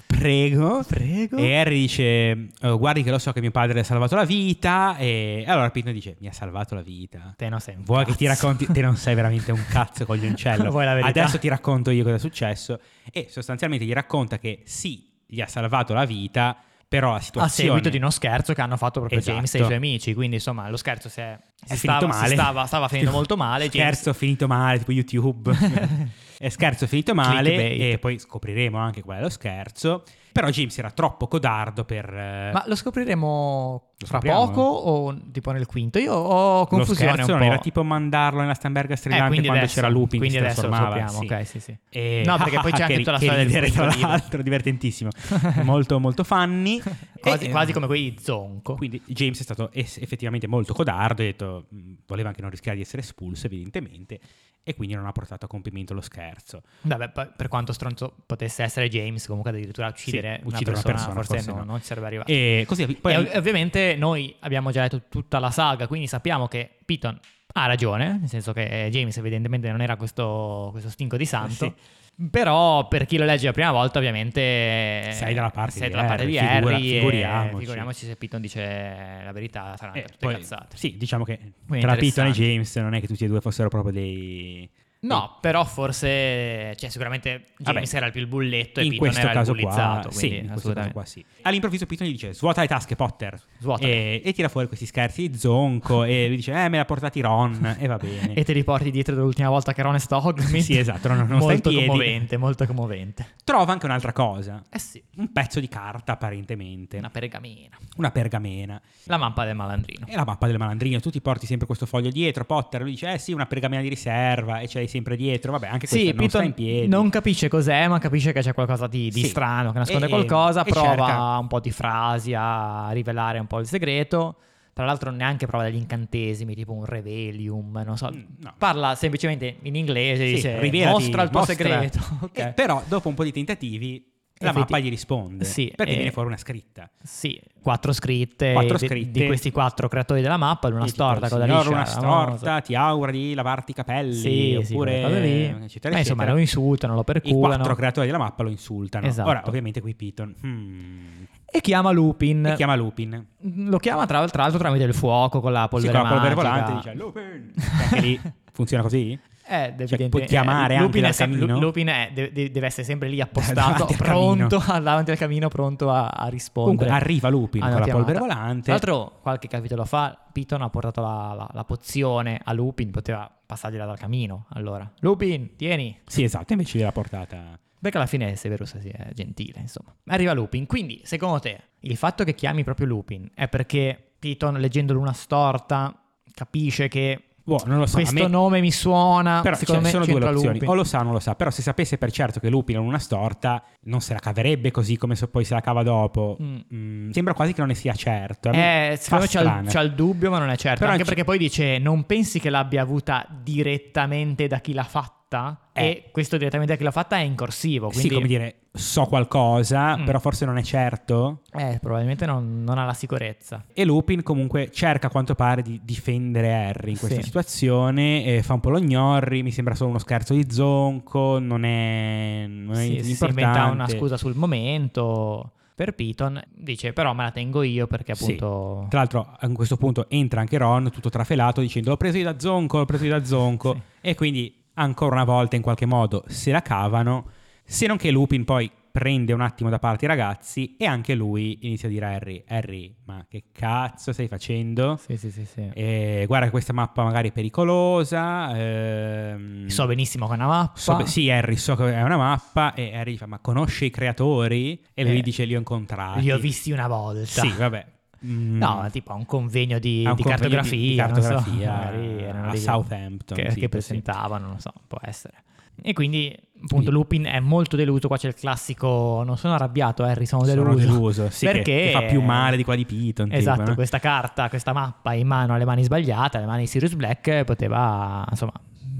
Speaker 1: Prego.
Speaker 2: Prego.
Speaker 1: E Harry dice: "Oh, Guardi, che lo so che mio padre le ha salvato la vita. E allora Piton dice: Mi ha salvato la vita.
Speaker 2: Te non sei un
Speaker 1: Vuoi che ti
Speaker 2: cazzo.
Speaker 1: racconti? Te non sei veramente un cazzo coglioncello.
Speaker 2: Vuoi la verità?
Speaker 1: Adesso ti racconto io cosa è successo. E sostanzialmente gli racconta che sì, gli ha salvato la vita, però la
Speaker 2: a
Speaker 1: situazione.
Speaker 2: seguito di uno scherzo che hanno fatto proprio
Speaker 1: Esatto.
Speaker 2: James e i suoi amici. Quindi, insomma, lo scherzo si è,
Speaker 1: È
Speaker 2: si
Speaker 1: finito
Speaker 2: stava, si
Speaker 1: male.
Speaker 2: stava- stava finendo molto male. James-
Speaker 1: Scherzo finito male, tipo YouTube. Eh, scherzo finito male
Speaker 2: Clickbait.
Speaker 1: e poi scopriremo anche qual è lo scherzo. Però James era troppo codardo per... eh,
Speaker 2: Ma lo scopriremo
Speaker 1: Lo
Speaker 2: fra
Speaker 1: scopriamo,
Speaker 2: poco o tipo nel quinto? Io ho confusione
Speaker 1: lo scherzo
Speaker 2: un po'.
Speaker 1: non era tipo mandarlo nella Stamberga
Speaker 2: Eh,
Speaker 1: strillante
Speaker 2: quindi
Speaker 1: quando
Speaker 2: adesso-
Speaker 1: c'era Lupin
Speaker 2: Quindi
Speaker 1: che si
Speaker 2: adesso lo
Speaker 1: trasformava,
Speaker 2: scopriamo,
Speaker 1: sì.
Speaker 2: ok, sì, sì.
Speaker 1: E-
Speaker 2: No, perché poi c'è anche
Speaker 1: che-
Speaker 2: tutta la
Speaker 1: che
Speaker 2: storia del
Speaker 1: ridere, tra
Speaker 2: quinto libro. Ecco.
Speaker 1: l'altro, divertentissimo. molto, molto funny.
Speaker 2: Quasi,
Speaker 1: E-
Speaker 2: quasi come quelli di Zonco.
Speaker 1: Quindi James è stato es- effettivamente molto codardo, ha detto, mh, voleva anche non rischiare di essere espulso evidentemente, e quindi non ha portato a compimento lo scherzo.
Speaker 2: Vabbè, poi, per quanto stronzo potesse essere James, comunque addirittura uccidere,
Speaker 1: Sì, uccidere
Speaker 2: una,
Speaker 1: una persona,
Speaker 2: persona, forse,
Speaker 1: forse
Speaker 2: no,
Speaker 1: no.
Speaker 2: non ci sarebbe arrivato.
Speaker 1: E così poi
Speaker 2: E ov- ovviamente noi abbiamo già letto tutta la saga, quindi sappiamo che Piton ha ragione, nel senso che eh, James evidentemente non era questo, questo stinco di santo.
Speaker 1: Eh
Speaker 2: Però per chi lo legge la prima volta ovviamente eh,
Speaker 1: Sei dalla parte
Speaker 2: sei
Speaker 1: di
Speaker 2: dalla parte
Speaker 1: Harry,
Speaker 2: di
Speaker 1: figura-
Speaker 2: Harry e
Speaker 1: figuriamoci.
Speaker 2: figuriamoci se Piton dice la verità saranno
Speaker 1: eh,
Speaker 2: anche tutte
Speaker 1: poi-
Speaker 2: cazzate.
Speaker 1: sì, diciamo che
Speaker 2: Quindi
Speaker 1: tra Piton e
Speaker 2: interessante.
Speaker 1: James non è che tutti e due fossero proprio dei...
Speaker 2: No, però forse cioè sicuramente
Speaker 1: Vabbè,
Speaker 2: James era il più il bulletto e
Speaker 1: in
Speaker 2: Piton
Speaker 1: questo
Speaker 2: era
Speaker 1: caso
Speaker 2: il bullizzato,
Speaker 1: qua, sì,
Speaker 2: quindi
Speaker 1: in questo caso
Speaker 2: assolutamente.
Speaker 1: qua sì. All'improvviso Piton gli dice svuota le tasche Potter
Speaker 2: Svuotale.
Speaker 1: e, e tira fuori questi scherzi di zonco e lui dice eh me l'ha portati Ron e va bene.
Speaker 2: E te li porti dietro dall'ultima volta che Ron è stato a Hogsmeade?
Speaker 1: Sì, esatto, non- non sta in
Speaker 2: molto
Speaker 1: piedi.
Speaker 2: commovente, molto commovente.
Speaker 1: Trova anche un'altra cosa,
Speaker 2: Eh sì,
Speaker 1: un pezzo di carta apparentemente,
Speaker 2: una pergamena.
Speaker 1: una pergamena.
Speaker 2: La mappa del malandrino.
Speaker 1: È la mappa del malandrino, tu ti porti sempre questo foglio dietro, Potter lui dice eh sì, una pergamena di riserva e ce l'hai sempre dietro, vabbè anche questo non sta in piedi.
Speaker 2: non capisce cos'è, ma capisce che c'è qualcosa di, di
Speaker 1: Sì.
Speaker 2: strano, che nasconde
Speaker 1: E-
Speaker 2: qualcosa,
Speaker 1: e
Speaker 2: prova
Speaker 1: cerca.
Speaker 2: un po' di frasi a rivelare un po' il segreto. Tra l'altro neanche prova degli incantesimi, tipo un revelium, non so.
Speaker 1: Mm, no.
Speaker 2: Parla semplicemente in inglese,
Speaker 1: Sì,
Speaker 2: dice
Speaker 1: rivelati,
Speaker 2: mostra il tuo
Speaker 1: mostra".
Speaker 2: segreto. Ok.
Speaker 1: Eh, però dopo un po' di tentativi la
Speaker 2: Effetti-
Speaker 1: mappa gli risponde,
Speaker 2: Sì, eh,
Speaker 1: perché
Speaker 2: e-
Speaker 1: viene fuori una scritta.
Speaker 2: Sì, quattro scritte,
Speaker 1: Quattro
Speaker 2: di-
Speaker 1: scritte.
Speaker 2: Di, questi quattro creatori della mappa, l'una
Speaker 1: Sì, tipo,
Speaker 2: storta,
Speaker 1: il
Speaker 2: cosa
Speaker 1: signor
Speaker 2: liscia,
Speaker 1: una
Speaker 2: la famosa.
Speaker 1: storta, ti augura di lavarti i capelli,
Speaker 2: Sì, sì,
Speaker 1: oppure...
Speaker 2: quelle cose lì.
Speaker 1: eccetera,
Speaker 2: Ma insomma,
Speaker 1: eccetera.
Speaker 2: lo insultano, lo
Speaker 1: I
Speaker 2: perculano.
Speaker 1: quattro creatori della mappa lo insultano.
Speaker 2: Esatto.
Speaker 1: Ora, ovviamente qui Piton... hmm,
Speaker 2: E chiama Lupin. Mm,
Speaker 1: e chiama Lupin.
Speaker 2: Lo chiama tra, tra l'altro tramite il fuoco con la polvere
Speaker 1: sì, con la polvere
Speaker 2: magica.
Speaker 1: volante dice Lupin. Anche lì funziona così?
Speaker 2: Eh, deve-
Speaker 1: Cioè,
Speaker 2: deve-
Speaker 1: puoi chiamare
Speaker 2: eh,
Speaker 1: anche
Speaker 2: Lupin
Speaker 1: dal
Speaker 2: è sem-
Speaker 1: camino?
Speaker 2: Lu- Lupin è- de- de- deve essere sempre lì appostato,
Speaker 1: Davanti al
Speaker 2: pronto, davanti al camino, pronto a, a rispondere.
Speaker 1: Comunque arriva Lupin
Speaker 2: alla
Speaker 1: con la
Speaker 2: chiamata.
Speaker 1: polvere volante.
Speaker 2: Tra l'altro, qualche capitolo fa, Piton ha portato la, la- la pozione a Lupin, poteva passargliela dal camino. Allora, Lupin, tieni.
Speaker 1: Sì, esatto, invece gliela portata.
Speaker 2: Perché alla fine Severus si è gentile, insomma. Arriva Lupin, quindi, secondo te, il fatto che chiami proprio Lupin è perché Piton, leggendo Luna storta, capisce che
Speaker 1: Boh, non lo so. a
Speaker 2: questo
Speaker 1: me-
Speaker 2: nome mi suona,
Speaker 1: Però
Speaker 2: Ah, secondo
Speaker 1: ci
Speaker 2: me
Speaker 1: sono due
Speaker 2: c'entra
Speaker 1: opzioni,
Speaker 2: Lupin.
Speaker 1: o lo sa o non lo sa, però se sapesse per certo che Lupin è una storta non se la caverebbe così come se poi se la cava dopo.
Speaker 2: Mm.
Speaker 1: Mm, sembra quasi che non ne sia certo. A me
Speaker 2: Eh,
Speaker 1: fa
Speaker 2: secondo me c'ha il,
Speaker 1: strano.
Speaker 2: c'ha il dubbio, ma non è certo.
Speaker 1: Però
Speaker 2: anche
Speaker 1: anche-
Speaker 2: perché poi dice: Non pensi che l'abbia avuta direttamente da chi l'ha fatta?
Speaker 1: Eh.
Speaker 2: E questo direttamente da chi l'ha fatta è in corsivo. Quindi,
Speaker 1: Sì, come dire, so qualcosa,
Speaker 2: Mm.
Speaker 1: però forse non è certo.
Speaker 2: eh, probabilmente non, non ha la sicurezza.
Speaker 1: E Lupin comunque cerca a quanto pare di difendere Harry in questa
Speaker 2: Sì.
Speaker 1: situazione, eh, fa un po' lo gnorri, mi sembra solo uno scherzo di zonco, non è, non è
Speaker 2: Sì,
Speaker 1: Eh, importante.
Speaker 2: si inventa una scusa sul momento. Per Piton dice: Però me la tengo io perché
Speaker 1: Sì.
Speaker 2: appunto.
Speaker 1: Tra l'altro a questo punto entra anche Ron tutto trafelato dicendo l'ho preso io da zonco, l'ho preso io da zonco
Speaker 2: Sì.
Speaker 1: e quindi ancora una volta in qualche modo se la cavano, se non che Lupin poi prende un attimo da parte i ragazzi e anche lui inizia a dire a Harry, Harry ma che cazzo stai facendo?
Speaker 2: Sì, sì, sì, sì.
Speaker 1: Eh, guarda che questa mappa magari è pericolosa. ehm,
Speaker 2: So benissimo che è una mappa.
Speaker 1: so be- sì, Harry, so che è una mappa. E Harry gli fa: Ma conosce i creatori? E lui
Speaker 2: Eh,
Speaker 1: dice: Li ho incontrati.
Speaker 2: Li ho visti una volta.
Speaker 1: Sì, vabbè. Mm.
Speaker 2: No, tipo a Ah, un convegno di,
Speaker 1: A un
Speaker 2: di eh,
Speaker 1: convegno
Speaker 2: cartografia,
Speaker 1: di- di
Speaker 2: non so,
Speaker 1: cartografia eh,
Speaker 2: magari erano
Speaker 1: a
Speaker 2: dei-
Speaker 1: Southampton,
Speaker 2: che,
Speaker 1: sì, così.
Speaker 2: che presentavano, non so, può essere. E quindi, appunto, Lupin è molto deluso. Qua c'è il classico: Non sono arrabbiato, Harry, sono deluso.
Speaker 1: Sono deluso, sì, che-
Speaker 2: perché
Speaker 1: che fa più male di eh. quella di Piton, tipo,
Speaker 2: Esatto,
Speaker 1: no?
Speaker 2: questa carta, questa mappa in mano alle mani sbagliate, alle mani di Sirius Black, eh, poteva insomma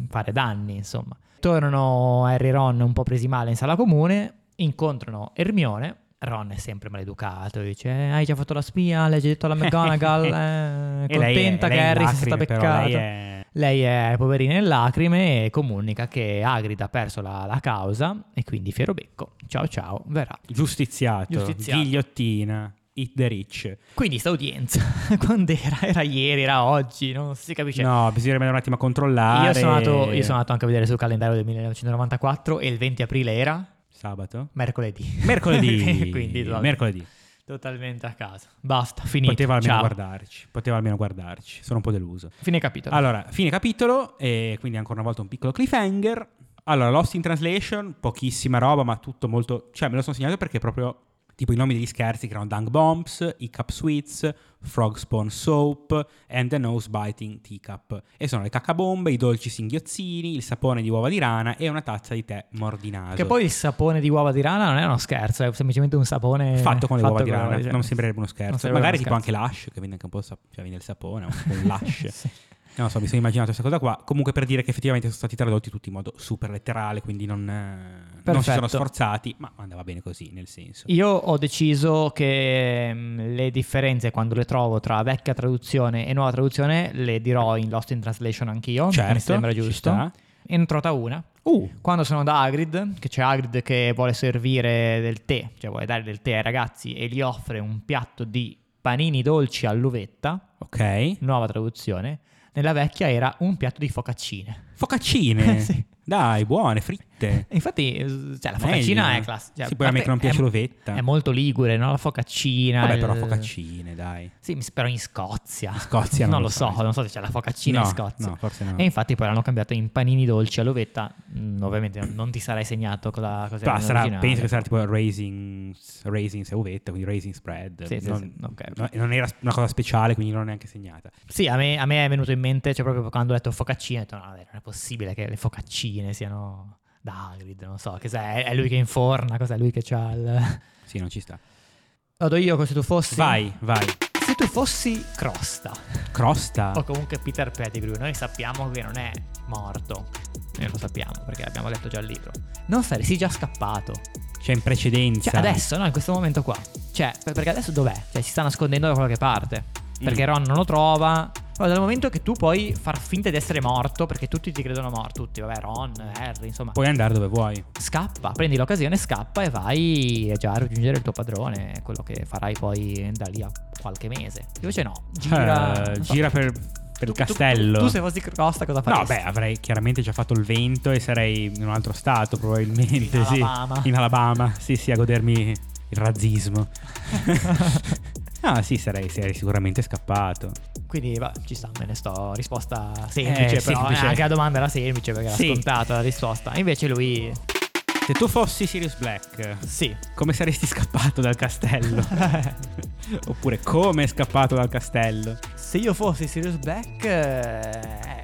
Speaker 2: fare danni. Insomma, tornano Harry e Ron un po' presi male in sala comune, incontrano Hermione. Ron è sempre maleducato, dice: "Eh, Hai già fatto la spia, l'hai già detto alla McGonagall. eh,
Speaker 1: E lei è-
Speaker 2: contenta
Speaker 1: lei è
Speaker 2: che
Speaker 1: in
Speaker 2: Harry si sia
Speaker 1: lacrime,
Speaker 2: stato
Speaker 1: però,
Speaker 2: beccato.
Speaker 1: lei è-
Speaker 2: Lei è poverina in lacrime e comunica che Agrid ha perso la, la causa e quindi Fierobecco, ciao ciao, verrà.
Speaker 1: Giustiziato,
Speaker 2: Giustiziato.
Speaker 1: ghigliottina, hit the rich.
Speaker 2: Quindi sta udienza, quando era? Era ieri, era oggi, non si capisce.
Speaker 1: no, bisognerebbe andare un attimo a controllare.
Speaker 2: Io sono, andato, io sono andato anche a vedere sul calendario del 1994 e il 20 aprile era
Speaker 1: Sabato?
Speaker 2: mercoledì.
Speaker 1: Mercoledì.
Speaker 2: Quindi to-
Speaker 1: mercoledì.
Speaker 2: totalmente a caso. Basta, finito.
Speaker 1: Poteva almeno
Speaker 2: Ciao.
Speaker 1: guardarci. Poteva almeno guardarci. Sono un po' deluso.
Speaker 2: Fine capitolo.
Speaker 1: Allora, fine capitolo, e quindi ancora una volta un piccolo cliffhanger. Allora, Lost in Translation, pochissima roba, ma tutto molto... Cioè, me lo sono segnato perché proprio, tipo, i nomi degli scherzi che erano Dunk Bombs, i Cup Sweets, Frog Spawn Soap and the Nose Biting Teacup. E sono le cacabombe, i dolci singhiozzini, il sapone di uova di rana e una tazza di tè mordinato.
Speaker 2: che poi il sapone di uova di rana non è uno scherzo, è semplicemente un sapone
Speaker 1: Fatto con le uova di rana,
Speaker 2: di
Speaker 1: non sembrerebbe uno
Speaker 2: Non
Speaker 1: scherzo.
Speaker 2: sembrerebbe
Speaker 1: Magari
Speaker 2: uno
Speaker 1: tipo anche l'ash, che viene anche un po' il sap- cioè viene il sapone, un po' un lash.
Speaker 2: Sì.
Speaker 1: Non lo so, mi sono immaginato questa cosa qua. Comunque per dire che effettivamente sono stati tradotti tutti in modo super letterale, quindi non, eh, non si sono
Speaker 2: Perfetto.
Speaker 1: sforzati, ma andava bene così, nel senso.
Speaker 2: Io ho deciso che mm, le differenze quando le trovo tra vecchia traduzione e nuova traduzione le dirò in Lost in Translation anch'io,
Speaker 1: Certo,
Speaker 2: mi sembra
Speaker 1: ci
Speaker 2: giusto.
Speaker 1: sta.
Speaker 2: E ne ho trovata una.
Speaker 1: Uh,
Speaker 2: Quando sono da Agrid, che c'è Agrid che vuole servire del tè, cioè vuole dare del tè ai ragazzi e gli offre un piatto di panini dolci all'uvetta,
Speaker 1: ok.
Speaker 2: nuova traduzione, nella vecchia era un piatto di focaccine.
Speaker 1: Focaccine.
Speaker 2: Eh, Sì.
Speaker 1: Dai, buone, fritte.
Speaker 2: E Infatti, eh, cioè, la
Speaker 1: Meglio.
Speaker 2: focaccina è classica.
Speaker 1: Sì, poi a me che non piace l'uvetta.
Speaker 2: È molto ligure, no? La focaccina.
Speaker 1: Vabbè,
Speaker 2: il-
Speaker 1: però focaccine, dai.
Speaker 2: Sì, mi s- però in Scozia.
Speaker 1: Scozia,
Speaker 2: non,
Speaker 1: non
Speaker 2: lo
Speaker 1: lo
Speaker 2: so,
Speaker 1: so.
Speaker 2: non so se c'è la focaccina
Speaker 1: No,
Speaker 2: in Scozia. Eh,
Speaker 1: no, forse no.
Speaker 2: E infatti poi l'hanno cambiato in panini dolci all'ovetta. Mm, ovviamente non- non ti sarai segnato cosa, cosa
Speaker 1: Però
Speaker 2: era
Speaker 1: sarà-
Speaker 2: nell'originale.
Speaker 1: penso che sarà tipo raisins, raisins e uvetta, quindi raising spread.
Speaker 2: Sì, sì,
Speaker 1: non, eh,
Speaker 2: sì, ok.
Speaker 1: no- non era una cosa speciale, quindi non l'ho neanche segnata.
Speaker 2: Sì, a me, a me è venuto in mente, cioè proprio quando ho detto focaccine, ho detto no, vabbè, non è possibile che le focaccine siano da Hagrid, non so, che sai, è lui che inforna, cos'è lui che c'ha il...
Speaker 1: Sì, non ci sta.
Speaker 2: Vado io, così tu fossi...
Speaker 1: Vai, vai.
Speaker 2: Se tu fossi Crosta.
Speaker 1: Crosta.
Speaker 2: o comunque Peter Pettigrew, noi sappiamo che non è morto. Noi lo sappiamo perché l'abbiamo letto già il libro. Non saresti già scappato.
Speaker 1: C'è in precedenza.
Speaker 2: Cioè, adesso, no, in questo momento qua. Cioè, per- perché adesso dov'è? Cioè, si sta nascondendo da qualche parte. Perché
Speaker 1: Mm.
Speaker 2: Ron non lo trova. Però dal momento che tu puoi far finta di essere morto, perché tutti ti credono morto, tutti, vabbè, Ron, Harry, insomma.
Speaker 1: Puoi andare dove vuoi.
Speaker 2: Scappa, prendi l'occasione, scappa e vai già a raggiungere il tuo padrone, quello che farai poi da lì a qualche mese. Invece no, gira...
Speaker 1: Eh,
Speaker 2: non so.
Speaker 1: gira per per il
Speaker 2: Tu- tu-
Speaker 1: castello.
Speaker 2: Tu, se fossi Crosta cosa
Speaker 1: No,
Speaker 2: faresti?
Speaker 1: beh, avrei chiaramente già fatto il vento e sarei in un altro stato, probabilmente.
Speaker 2: In
Speaker 1: sì.
Speaker 2: Alabama.
Speaker 1: In Alabama, sì, sì, a godermi il razzismo. no, sì, sarei, sarei sicuramente scappato.
Speaker 2: Quindi va, ci sta, me ne sto. Risposta semplice,
Speaker 1: Eh,
Speaker 2: però
Speaker 1: semplice.
Speaker 2: eh, anche la domanda era semplice perché
Speaker 1: Sì.
Speaker 2: era scontata la risposta. Invece lui,
Speaker 1: Se tu fossi Sirius Black,
Speaker 2: sì.
Speaker 1: come saresti scappato dal castello? Oppure come è scappato dal castello?
Speaker 2: Se io fossi Sirius Black, eh,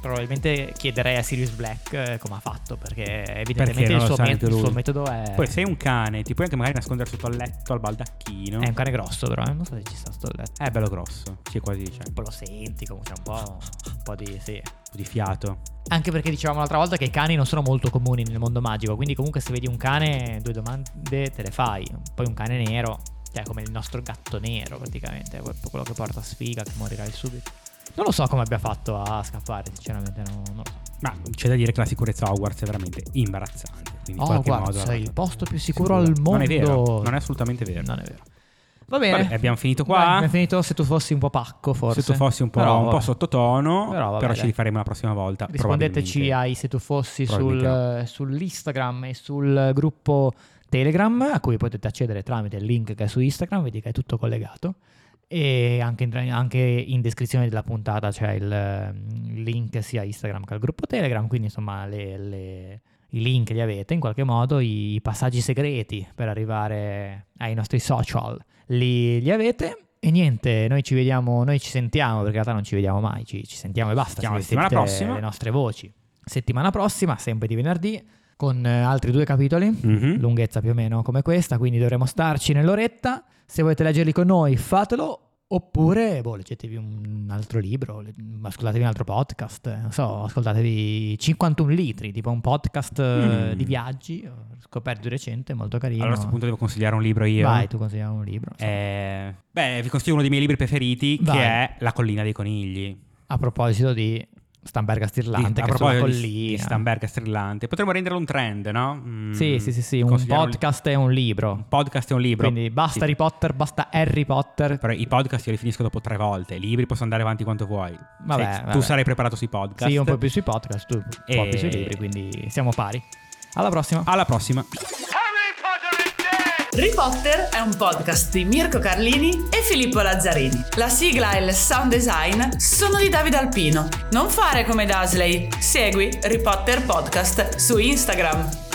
Speaker 2: probabilmente chiederei a Sirius Black eh, come ha fatto perché evidentemente
Speaker 1: non
Speaker 2: il,
Speaker 1: lo
Speaker 2: suo
Speaker 1: sa
Speaker 2: met-
Speaker 1: anche
Speaker 2: il
Speaker 1: lui.
Speaker 2: suo metodo è.
Speaker 1: Poi sei un cane, ti puoi anche magari nascondere sotto al letto, al baldacchino.
Speaker 2: È un cane grosso, però eh, non so se ci sta sto letto.
Speaker 1: È bello grosso, sì, quasi c'è un
Speaker 2: Un po' lo senti, comunque c'è un po', un po' di. Sì.
Speaker 1: po' di fiato.
Speaker 2: Anche perché dicevamo l'altra volta che i cani non sono molto comuni nel mondo magico, quindi comunque se vedi un cane due domande te le fai. Poi un cane nero, cioè come il nostro gatto nero praticamente, è proprio quello che porta sfiga, che morirà il subito. Non lo so come abbia fatto a scappare, sinceramente non, non lo so.
Speaker 1: Ma c'è da dire che la sicurezza a Hogwarts è veramente imbarazzante. Quindi in
Speaker 2: Oh,
Speaker 1: qualche
Speaker 2: guarda,
Speaker 1: modo
Speaker 2: sei il posto più sicuro al
Speaker 1: Sicura.
Speaker 2: mondo.
Speaker 1: Non è vero, non è assolutamente vero.
Speaker 2: Non è vero. Va bene.
Speaker 1: Vabbè, abbiamo finito qua.
Speaker 2: Dai, abbiamo finito se tu fossi un po' pacco, forse.
Speaker 1: Se tu fossi un po',
Speaker 2: Però,
Speaker 1: un po
Speaker 2: vabbè.
Speaker 1: sottotono,
Speaker 2: Però
Speaker 1: però,
Speaker 2: vabbè,
Speaker 1: ci
Speaker 2: dai.
Speaker 1: rifaremo la prossima volta.
Speaker 2: Rispondeteci
Speaker 1: probabilmente.
Speaker 2: ai se tu fossi sul,
Speaker 1: Probabilmente
Speaker 2: sull'Instagram e sul gruppo Telegram a cui potete accedere tramite il link che è su Instagram, vedi che è tutto collegato. E anche in, anche in descrizione della puntata c'è il, eh, il link sia a Instagram che al gruppo Telegram, quindi insomma le- le- i link li avete in qualche modo, i, i passaggi segreti per arrivare ai nostri social li, li avete. E niente, noi ci vediamo, noi ci sentiamo, perché in realtà non ci vediamo mai, ci, ci sentiamo e basta.
Speaker 1: Ci sentiamo
Speaker 2: se
Speaker 1: la settimana
Speaker 2: sentite
Speaker 1: prossima.
Speaker 2: Le nostre voci. Settimana prossima, sempre di venerdì, con eh, altri due capitoli,
Speaker 1: Mhm.
Speaker 2: lunghezza più o meno come questa, quindi dovremo starci nell'oretta. Se volete leggerli con noi, fatelo. Oppure, boh, leggetevi un altro libro, le- ascoltatevi un altro podcast, eh, non so, ascoltatevi 51 litri, tipo un podcast eh,
Speaker 1: Mm.
Speaker 2: di viaggi, eh, scoperto di recente, molto carino.
Speaker 1: Allora a questo punto devo consigliare un libro io.
Speaker 2: Vai, tu consigli un libro. insomma.
Speaker 1: Eh, beh, vi consiglio uno dei miei libri preferiti
Speaker 2: Vai.
Speaker 1: che è La collina dei conigli.
Speaker 2: A proposito di Stamberga Stirlante,
Speaker 1: Di- a
Speaker 2: che è sulla
Speaker 1: proposito di-
Speaker 2: collina.
Speaker 1: di Stamberga strillante. Potremmo renderlo un trend, no? Mm,
Speaker 2: Sì, sì, sì, sì, un
Speaker 1: consigliare
Speaker 2: podcast e un libro.
Speaker 1: Un podcast è un libro.
Speaker 2: Quindi basta
Speaker 1: Sì.
Speaker 2: Harry Potter, basta Harry Potter.
Speaker 1: Però i podcast io li finisco dopo tre volte. I libri posso andare avanti quanto vuoi.
Speaker 2: Vabbè,
Speaker 1: Sì,
Speaker 2: vabbè.
Speaker 1: Tu sarai preparato sui podcast.
Speaker 2: Sì, io un po' più sui podcast, tu un po' più sui
Speaker 1: E-
Speaker 2: libri, quindi siamo pari. Alla prossima.
Speaker 1: Alla prossima.
Speaker 3: Harry Potter is dead!
Speaker 5: Harry Potter è un podcast di Mirko Carlini e Filippo Lazzarini. La sigla e il sound design sono di Davide Alpino. Non fare come Dasley, segui Harry Potter Podcast su Instagram.